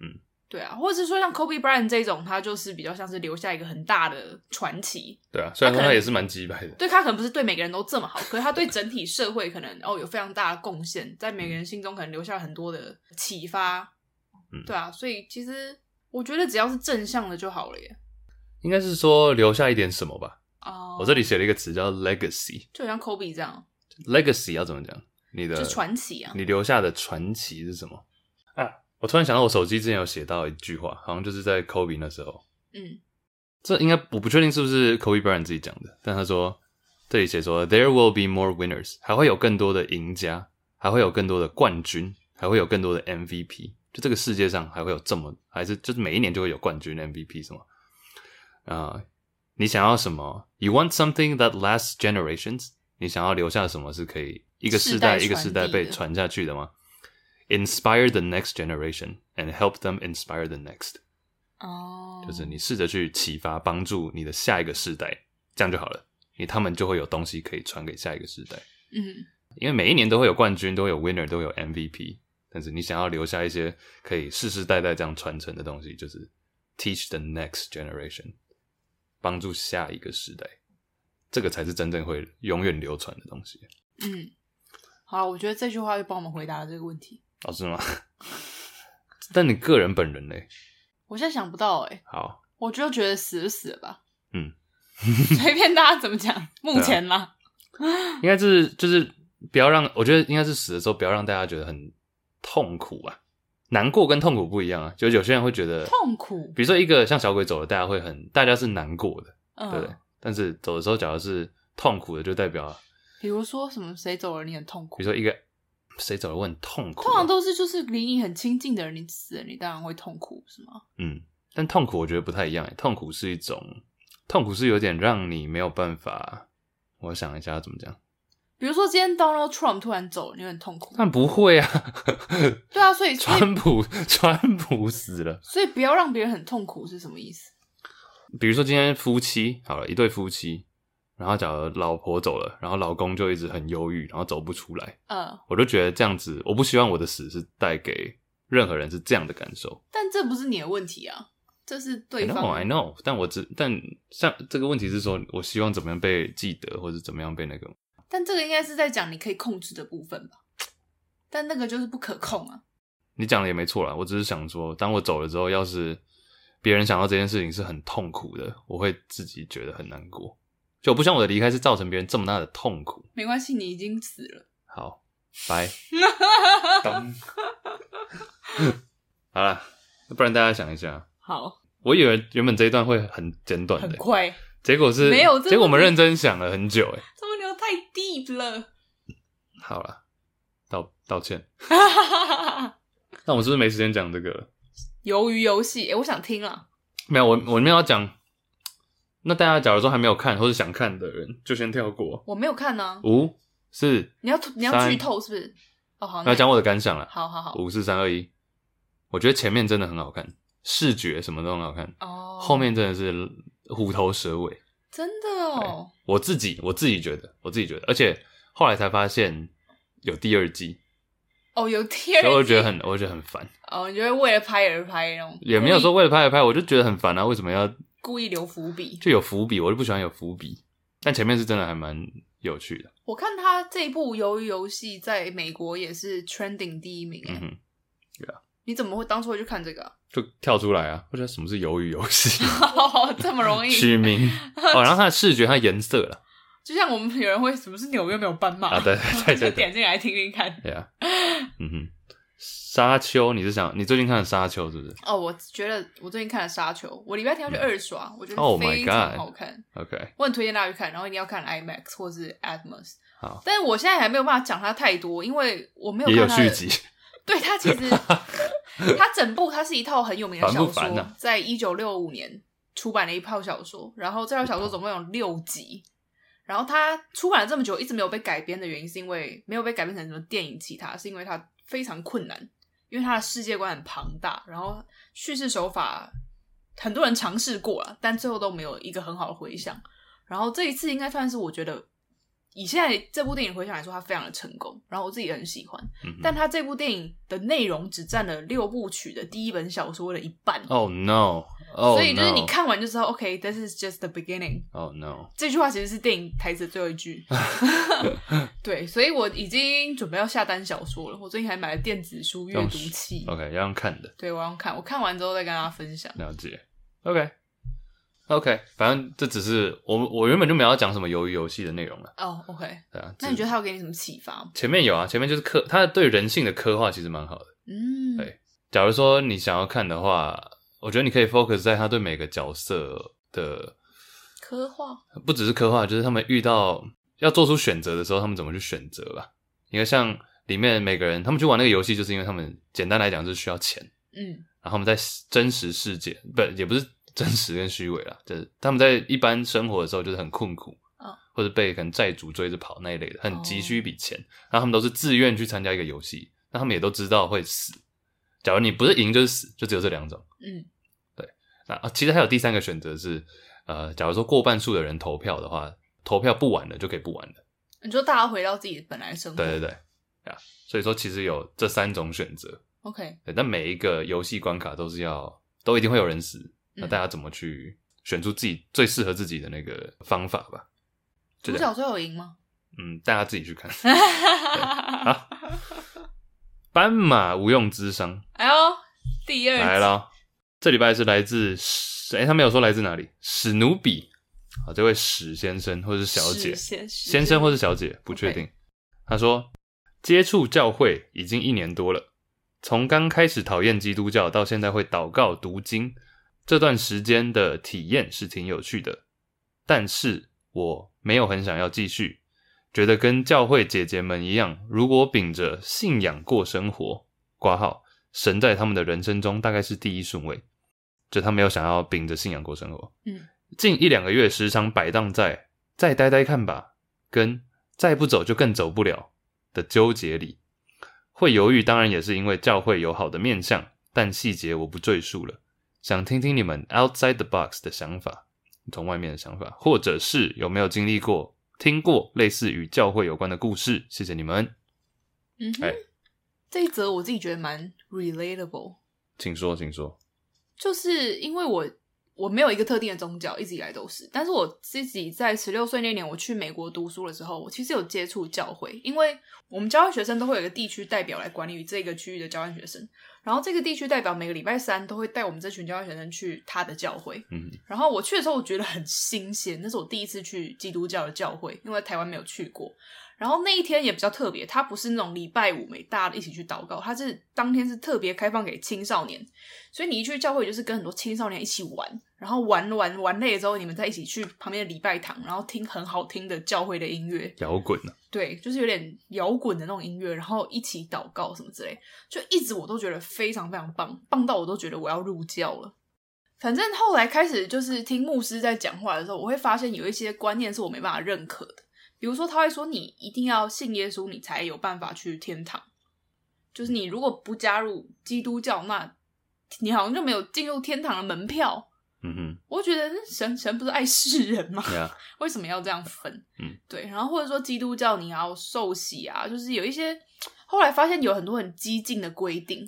S1: 嗯，
S2: 对啊，或者是说像 Kobe Bryant 这种，他就是比较像是留下一个很大的传奇。
S1: 对啊，虽然说
S2: 他可能
S1: 他也是蛮鸡掰的，
S2: 对他可能不是对每个人都这么好，可是他对整体社会可能哦有非常大的贡献，在每个人心中可能留下了很多的启发。
S1: 嗯
S2: 对啊，所以其实我觉得只要是正向的就好了耶。
S1: 应该是说留下一点什么吧。
S2: 哦、
S1: 我这里写了一个词叫 legacy，legacy
S2: 就像 Kobe 这样，
S1: 要怎么讲？你的
S2: 就传奇啊。
S1: 你留下的传奇是什么啊？我突然想到，我手机之前有写到一句话，好像就是在 Kobe 那时候，
S2: 嗯，
S1: 这应该我不确定是不是 Kobe Bryant 自己讲的，但他说这里写说 There will be more winners，还会有更多的赢家，还会有更多的冠军，还会有更多的 MVP。就这个世界上还会有这么，还是就是每一年就会有冠军 MVP 什么啊、你想要什么？You want something that lasts generations？你想要留下什么是可以一个世代
S2: 世代传递的
S1: 一个世代被传下去的吗？Inspire the next generation and help them inspire the next。
S2: 哦
S1: 就是你试着去启发、帮助你的下一个世代，这样就好了。你他们就会有东西可以传给下一个世代，
S2: 嗯，
S1: 因为每一年都会有冠军，都会有 winner，都会有 MVP。但是你想要留下一些可以世世代代这样传承的东西，就是 teach the next generation，帮助下一个时代，这个才是真正会永远流传的东西。
S2: 嗯，好了，我觉得这句话就帮我们回答了这个问题。
S1: 哦，是吗？ 但你个人本人嘞？
S2: 我现在想不到哎、
S1: 好，
S2: 我就觉得死就死了吧。
S1: 嗯，啊
S2: 随便大家怎么 讲，目前啦。
S1: 应该是就是不要让，我觉得应该是死的时候不要让大家觉得很痛苦啊，难过跟痛苦不一样啊。就有些人会觉得
S2: 痛苦
S1: 比如说一个像小鬼走了，大家会很大家是难过的，
S2: 嗯，
S1: 对不对？但是走的时候，假如是痛苦的，就代表
S2: 比如说什么谁走了你很痛
S1: 比
S2: 苦
S1: 如，说一个谁走的我很痛苦啊、
S2: 通常都是就是离你很亲近的人，你死了，你当然会痛苦，是吗？
S1: 嗯，但痛苦我觉得不太一样欸，痛苦是一种，痛苦是有点让你没有办法。我想一下要怎么讲，
S2: 比如说今天 Donald Trump 突然走了，你会很痛苦。
S1: 但不会啊，
S2: 对啊，所以所以
S1: 川普川普死了。
S2: 所以不要让别人很痛苦是什么意思？
S1: 比如说今天夫妻好了，一对夫妻，然后假如老婆走了，然后老公就一直很忧郁，然后走不出来，
S2: 呃，
S1: 我就觉得这样子，我不希望我的死是带给任何人是这样的感受。
S2: 但这不是你的问题啊，这是
S1: I
S2: 对
S1: know, I
S2: 方。
S1: know，但我只但像这个问题是说，我希望怎么样被记得，或者怎么样被那个。
S2: 但这个应该是在讲你可以控制的部分吧？但那个就是不可控啊。
S1: 你讲的也没错啦，我只是想说，当我走了之后，要是别人想到这件事情是很痛苦的，我会自己觉得很难过。就我不希望我的离开是造成别人这么大的痛苦。
S2: 没关系，你已经死了。
S1: 好， 拜。咚。 好了，不然大家想一下，
S2: 好，
S1: 我以为原本这一段会很简短
S2: 很
S1: 的，欸
S2: 快。
S1: 结果是
S2: 没有这
S1: 结果我
S2: 么
S1: 们认真想了很久，哎，
S2: 这么牛太 deep 了。
S1: 好了，道道歉。那我是不是没时间讲这个了？
S2: 鱿鱼游戏，哎、我想听了。
S1: 没有，我我没有要讲。那大家假如说还没有看或者想看的人，就先跳过。
S2: 我没有看呢、
S1: 五四，
S2: 你要你要
S1: 三
S2: 剧透是不是？哦，好，那
S1: 要讲我的感想了。
S2: 好好好。
S1: 五四三二一，我觉得前面真的很好看，视觉什么都很好看，
S2: 哦，
S1: 后面真的是虎头蛇尾。
S2: 真的哦，
S1: 我自己我自己觉得，我自己觉得，而且后来才发现有第二季，
S2: 哦有天，
S1: 所以我就觉得很，我就觉得很烦。
S2: 哦，你就会为了拍而拍那种，
S1: 也没有说为了拍而拍，我就觉得很烦啊！为什么要
S2: 故意留伏笔。
S1: 就有伏笔？我就不喜欢有伏笔。但前面是真的还蛮有趣的，
S2: 我看他这部《鱿鱼游戏》在美国也是 trending 第一名、哎、
S1: 嗯哼。
S2: 你怎么会当初会去看这个啊、
S1: 就跳出来啊！我觉得什么是鱿鱼游 戏
S2: 这么容易？
S1: 取名哦，然后它的视觉、它的颜色了
S2: 就像我们有人会什么是纽约没有斑马
S1: 啊，对 对对
S2: 就
S1: 对
S2: 点进来听听看。
S1: 对 啊，嗯哼，沙丘，你是想你最近看的沙丘是不是
S2: 哦，我觉得我最近看了《沙丘》，我礼拜天要去二刷，我觉
S1: Oh
S2: 得
S1: my
S2: 非常
S1: God
S2: 好看。
S1: ？OK，
S2: 我很推荐大家去看，然后一定要看 IMAX 或是 Atmos。
S1: 好，
S2: 但是我现在还没有办法讲它太多，因为我没有
S1: 也有
S2: 看它的
S1: 续集，
S2: 对它其实，它整部它是一套很有名的
S1: 烦
S2: 小
S1: 不烦
S2: 说
S1: 啊，
S2: 在一九六五年出版了一套小说，然后这套小说总共有六集。然后它出版了这么久，一直没有被改编的原因，是因为没有被改编成什么电影其他，是因为它非常困难，因为它的世界观很庞大，然后叙事手法很多人尝试过了，但最后都没有一个很好的回响。然后这一次应该算是我觉得以现在这部电影回想来说，它非常的成功，然后我自己也很喜欢。
S1: 嗯
S2: 但
S1: 哼
S2: 他这部电影的内容只占了六部曲的第一本小说的一半，
S1: Oh no，Oh
S2: 所以就是你
S1: no，
S2: 看完就知道，OK，this、is just the beginning。
S1: Oh no，
S2: 这句话其实是电影台词的最后一 句。 对，所以我已经准备要下单小说了。我最近还买了电子书
S1: 哦
S2: 阅读器，
S1: OK，要用看的
S2: 对我要看，我看完之后再跟大家分享。
S1: 了解，OK。OK，反正这只是我我原本就没有要讲什么鱿鱼游戏的内容了，
S2: 哦，OK、o k
S1: 对啊。
S2: 那你觉
S1: 得
S2: 得他有给你什么启发吗？
S1: 前面有啊？前面就是刻，它对人性的刻画其实蛮好的。
S2: 嗯，
S1: 对假如说你想要看的话，我觉得你可以 focus 在他对每个角色的，
S2: 科幻，
S1: 不只是刻画，就是他们遇到要做出选择的时候，他们怎么去选择吧。你看，像里面每个人，他们去玩那个游戏，就是因为他们简单来讲是需要钱，
S2: 嗯
S1: 然后他们在真实世界，不也不是真实跟虚伪啦，就是他们在一般生活的时候就是很困苦。
S2: 嗯
S1: 或者被可能债主追着跑那一类的，很
S2: 哦
S1: 急需一笔钱，然后他们都是自愿去参加一个游戏，那他们也都知道会死。假如你不是赢就是死，就只有这两种。
S2: 嗯
S1: 那啊，其实还有第三个选择是，呃，假如说过半数的人投票的话，投票不玩了就可以不玩了。
S2: 你说大家回到自己本来的生活，
S1: 对对对，啊，所以说其实有这三种选择，
S2: o k
S1: 对，但每一个游戏关卡都是要都一定会有人死，那
S2: 嗯
S1: 大家怎么去选出自己最适合自己的那个方法吧？就
S2: 主
S1: 这
S2: 角
S1: 样，
S2: 最后赢吗？
S1: 嗯，大家自己去看。 好，斑马无用之伤
S2: 哎呦，第二集
S1: 来了，这礼拜是来自史，哎、他没有说来自哪里，史努比啊，这位史先生或者是小姐
S2: 是，先
S1: 先生或是小姐，不确定。他说，接触教会已经一年多了，从刚开始讨厌基督教到现在会祷告读经，这段时间的体验是挺有趣的，但是我没有很想要继续，觉得跟教会姐姐们一样，如果秉着信仰过生活，挂号神在他们的人生中大概是第一顺位，就他没有想要秉着信仰过生活。
S2: 嗯，
S1: 近一两个月时常摆荡在“再待待看吧”跟“再不走就更走不了”的纠结里，会犹豫，当然也是因为教会有好的面相，但细节我不赘述了。想听听你们 outside the box 的想法，从外面的想法，或者是有没有经历过、听过类似与教会有关的故事？谢谢你们，
S2: 嗯哼，
S1: 哎
S2: 这一则我自己觉得蛮 relatable，
S1: 请说，请说。
S2: 就是因为我我没有一个特定的宗教，一直以来都是。但是我自己在十六岁那年我去美国读书的时候，我其实有接触教会，因为我们交换学生都会有一个地区代表来管理这个区域的交换学生，然后这个地区代表每个礼拜三都会带我们这群交换学生去他的教会。
S1: 嗯，
S2: 然后我去的时候，我觉得很新鲜，那是我第一次去基督教的教会，因为台湾没有去过。然后那一天也比较特别，它不是那种礼拜五每大家一起去祷告，它是当天是特别开放给青少年，所以你一去教会就是跟很多青少年一起玩，然后玩玩玩累了之后，你们再一起去旁边的礼拜堂，然后听很好听的教会的音乐，
S1: 摇滚啊，
S2: 对，就是有点摇滚的那种音乐，然后一起祷告什么之类，就一直我都觉得非常非常棒，棒到我都觉得我要入教了。反正后来开始就是听牧师在讲话的时候，我会发现有一些观念是我没办法认可的，比如说他会说你一定要信耶稣，你才有办法去天堂，就是你如果不加入基督教，那你好像就没有进入天堂的门票。
S1: 嗯
S2: 我就觉得神神不是爱世人吗？
S1: 哼，呀，
S2: 为什么要这样分？
S1: 嗯，
S2: 对。然后或者说基督教你要受洗啊，就是有一些后来发现有很多很激进的规定，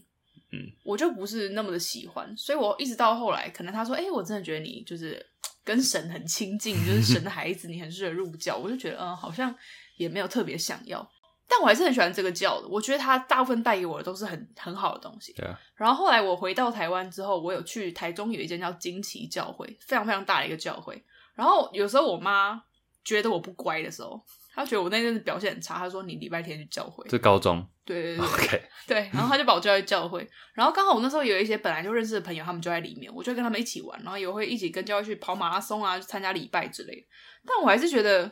S1: 嗯，
S2: 我就不是那么的喜欢，所以我一直到后来，可能他说，哎、我真的觉得你就是跟神很亲近，就是神的孩子，你很适合入教，我就觉得嗯，好像也没有特别想要。但我还是很喜欢这个教的，我觉得它大部分带给我的都是很很好的东西。
S1: 对啊，
S2: 然后后来我回到台湾之后，我有去台中有一间叫金旗教会，非常非常大的一个教会。然后有时候我妈觉得我不乖的时候，她觉得我那阵子表现很差，她说你礼拜天去教会。
S1: 这高中
S2: 对对对对
S1: ，OK，
S2: 对，然后她就把我叫去教会。然后刚好我那时候有一些本来就认识的朋友，他们就在里面，我就跟他们一起玩，然后也会一起跟教会去跑马拉松啊，去参加礼拜之类的。但我还是觉得，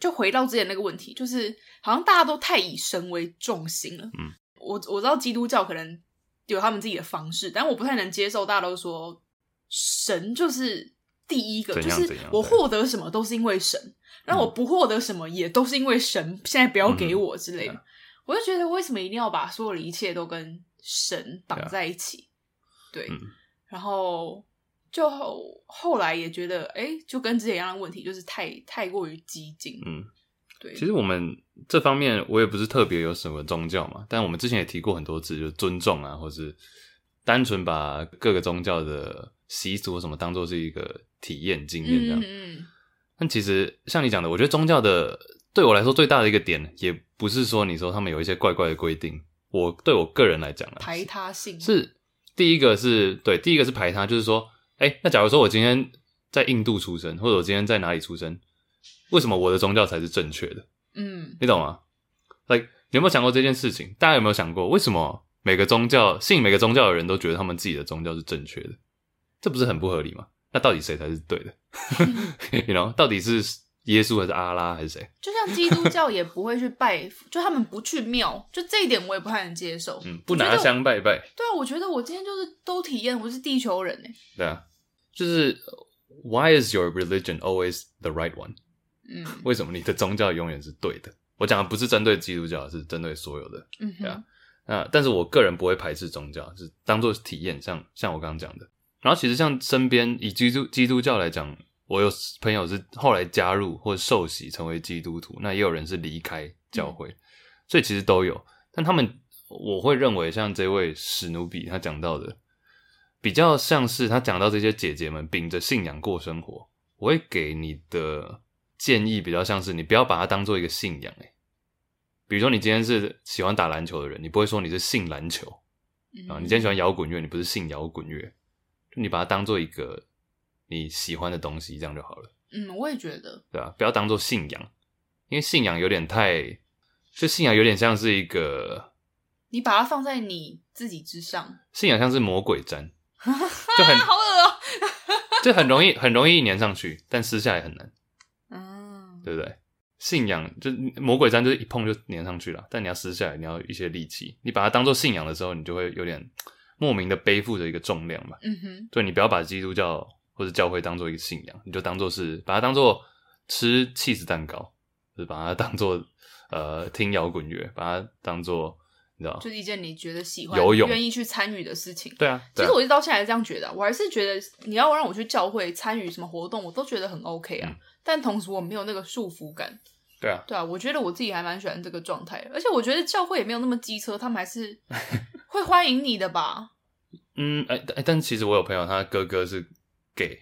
S2: 就回到之前那个问题，就是好像大家都太以神为重心了。
S1: 嗯，
S2: 我我知道基督教可能有他们自己的方式，但我不太能接受大家都说神就是第一个，
S1: 怎
S2: 就
S1: 样
S2: 是
S1: 怎样
S2: 我
S1: 对
S2: 获得什么都是因为神，然后我不获得什么也都是因为神，现在不要给我之类的。
S1: 嗯嗯
S2: 我就觉得为什么一定要把所有的一切都跟神绑
S1: Yeah
S2: 在一起？对，
S1: 啊嗯
S2: 然后就后后来也觉得，哎，就跟之前一样的问题，就是太太过于激进。
S1: 嗯。
S2: 对，
S1: 其实我们这方面，我也不是特别有什么宗教嘛，但我们之前也提过很多次，就是尊重啊，或是单纯把各个宗教的习俗什么当做是一个体验经验这样。
S2: 嗯嗯嗯
S1: 但其实像你讲的，我觉得宗教的对我来说最大的一个点，也不是说你说他们有一些怪怪的规定，我对我个人来讲啊，
S2: 排他性
S1: 是第一个是对，第一个是排他，就是说，哎、那假如说我今天在印度出生，或者我今天在哪里出生，为什么我的宗教才是正确的？
S2: 嗯
S1: 你懂吗？Like，你有没有想过这件事情？大家有没有想过，为什么每个宗教信每个宗教的人都觉得他们自己的宗教是正确的？这不是很不合理吗？那到底谁才是对的
S2: 嗯
S1: ？You know，到底是耶稣还是阿拉还是谁？
S2: 就像基督教也不会去拜，就他们不去庙，就这一点我也不太能接受。
S1: 嗯，不
S2: 我觉得
S1: 拿香拜拜，
S2: 对啊，我觉得我今天就是都体验，我是地球人哎。
S1: 对啊，就是 Why is your religion always the right one？
S2: 嗯
S1: 为什么你的宗教永远是对的？我讲的不是针对基督教，是针对所有的。
S2: 嗯
S1: 对
S2: 哼
S1: 啊，那但是我个人不会排斥宗教，是当做体验，像像我刚刚讲的。然后其实像身边以基督基督教来讲，我有朋友是后来加入或受洗成为基督徒，那也有人是离开教会，所以其实都有。但他们我会认为，像这位史努比他讲到的，比较像是他讲到这些姐姐们秉着信仰过生活，我会给你的建议比较像是你不要把它当做一个信仰、欸，比如说你今天是喜欢打篮球的人，你不会说你是信篮球
S2: 嗯
S1: 啊，你今天喜欢摇滚乐，你不是信摇滚乐，就你把它当做一个你喜欢的东西，这样就好了，
S2: 嗯，我也觉得，
S1: 对吧、不要当做信仰，因为信仰有点太，就信仰有点像是一个
S2: 你把它放在你自己之上，
S1: 信仰像是魔鬼毡，就很
S2: 啊，好恶哦、
S1: 就很容易很容易粘上去，但撕下来很难，
S2: 嗯，
S1: 对不对？信仰就是魔鬼毡，就是一碰就粘上去了，但你要撕下来，你要一些力气。你把它当做信仰的时候，你就会有点莫名的背负着一个重量吧。
S2: 嗯哼，
S1: 所以你不要把基督教或者教会当做一个信仰，你就当做是把它当做吃 cheese 蛋糕，就是把它当做呃听摇滚乐，把它当做你知道
S2: 就是一件你觉得喜欢、
S1: 游泳
S2: 愿意去参与的事情。
S1: 对啊。
S2: 其
S1: 对啊
S2: 实我一直到现在还是这样觉得啊、我还是觉得你要让我去教会参与什么活动，我都觉得很 OK 啊。
S1: 嗯
S2: 但同时我没有那个束缚感，
S1: 对啊，
S2: 对啊，我觉得我自己还蛮喜欢这个状态的，而且我觉得教会也没有那么机车，他们 还是会欢迎你的吧。
S1: 嗯，哎、但哎但其实我有朋友，他哥哥是 gay，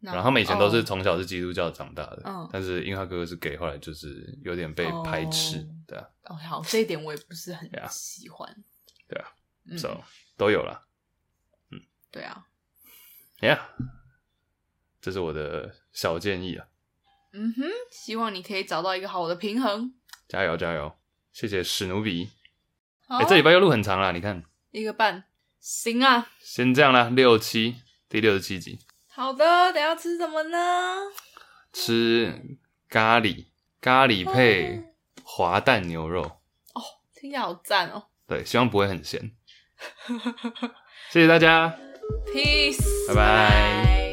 S2: 那
S1: 然后他们以前都是
S2: 哦
S1: 从小是基督教长大的，
S2: 嗯
S1: 但是因为他哥哥是 gay，后来就是有点被排斥，
S2: 哦
S1: 对啊，
S2: 哦，好，这一点我也不是很
S1: Yeah.
S2: 喜欢。
S1: 啊对啊
S2: 嗯，
S1: ，so 都有啦
S2: 对啊，
S1: ，yeah，这是我的小建议啊，
S2: 嗯哼，希望你可以找到一个好的平衡。
S1: 加油加油，谢谢史努比，
S2: 好，
S1: 哎、这礼拜又录很长啦，你看，
S2: 一个半，行啊。
S1: 先这样啦，六七第六十七集
S2: 好的，等一下吃什么呢？
S1: 吃咖喱咖喱配滑蛋牛肉，
S2: 听起来好赞哦
S1: 对，希望不会很咸，谢谢大家。
S2: ，peace，
S1: 拜拜
S2: 拜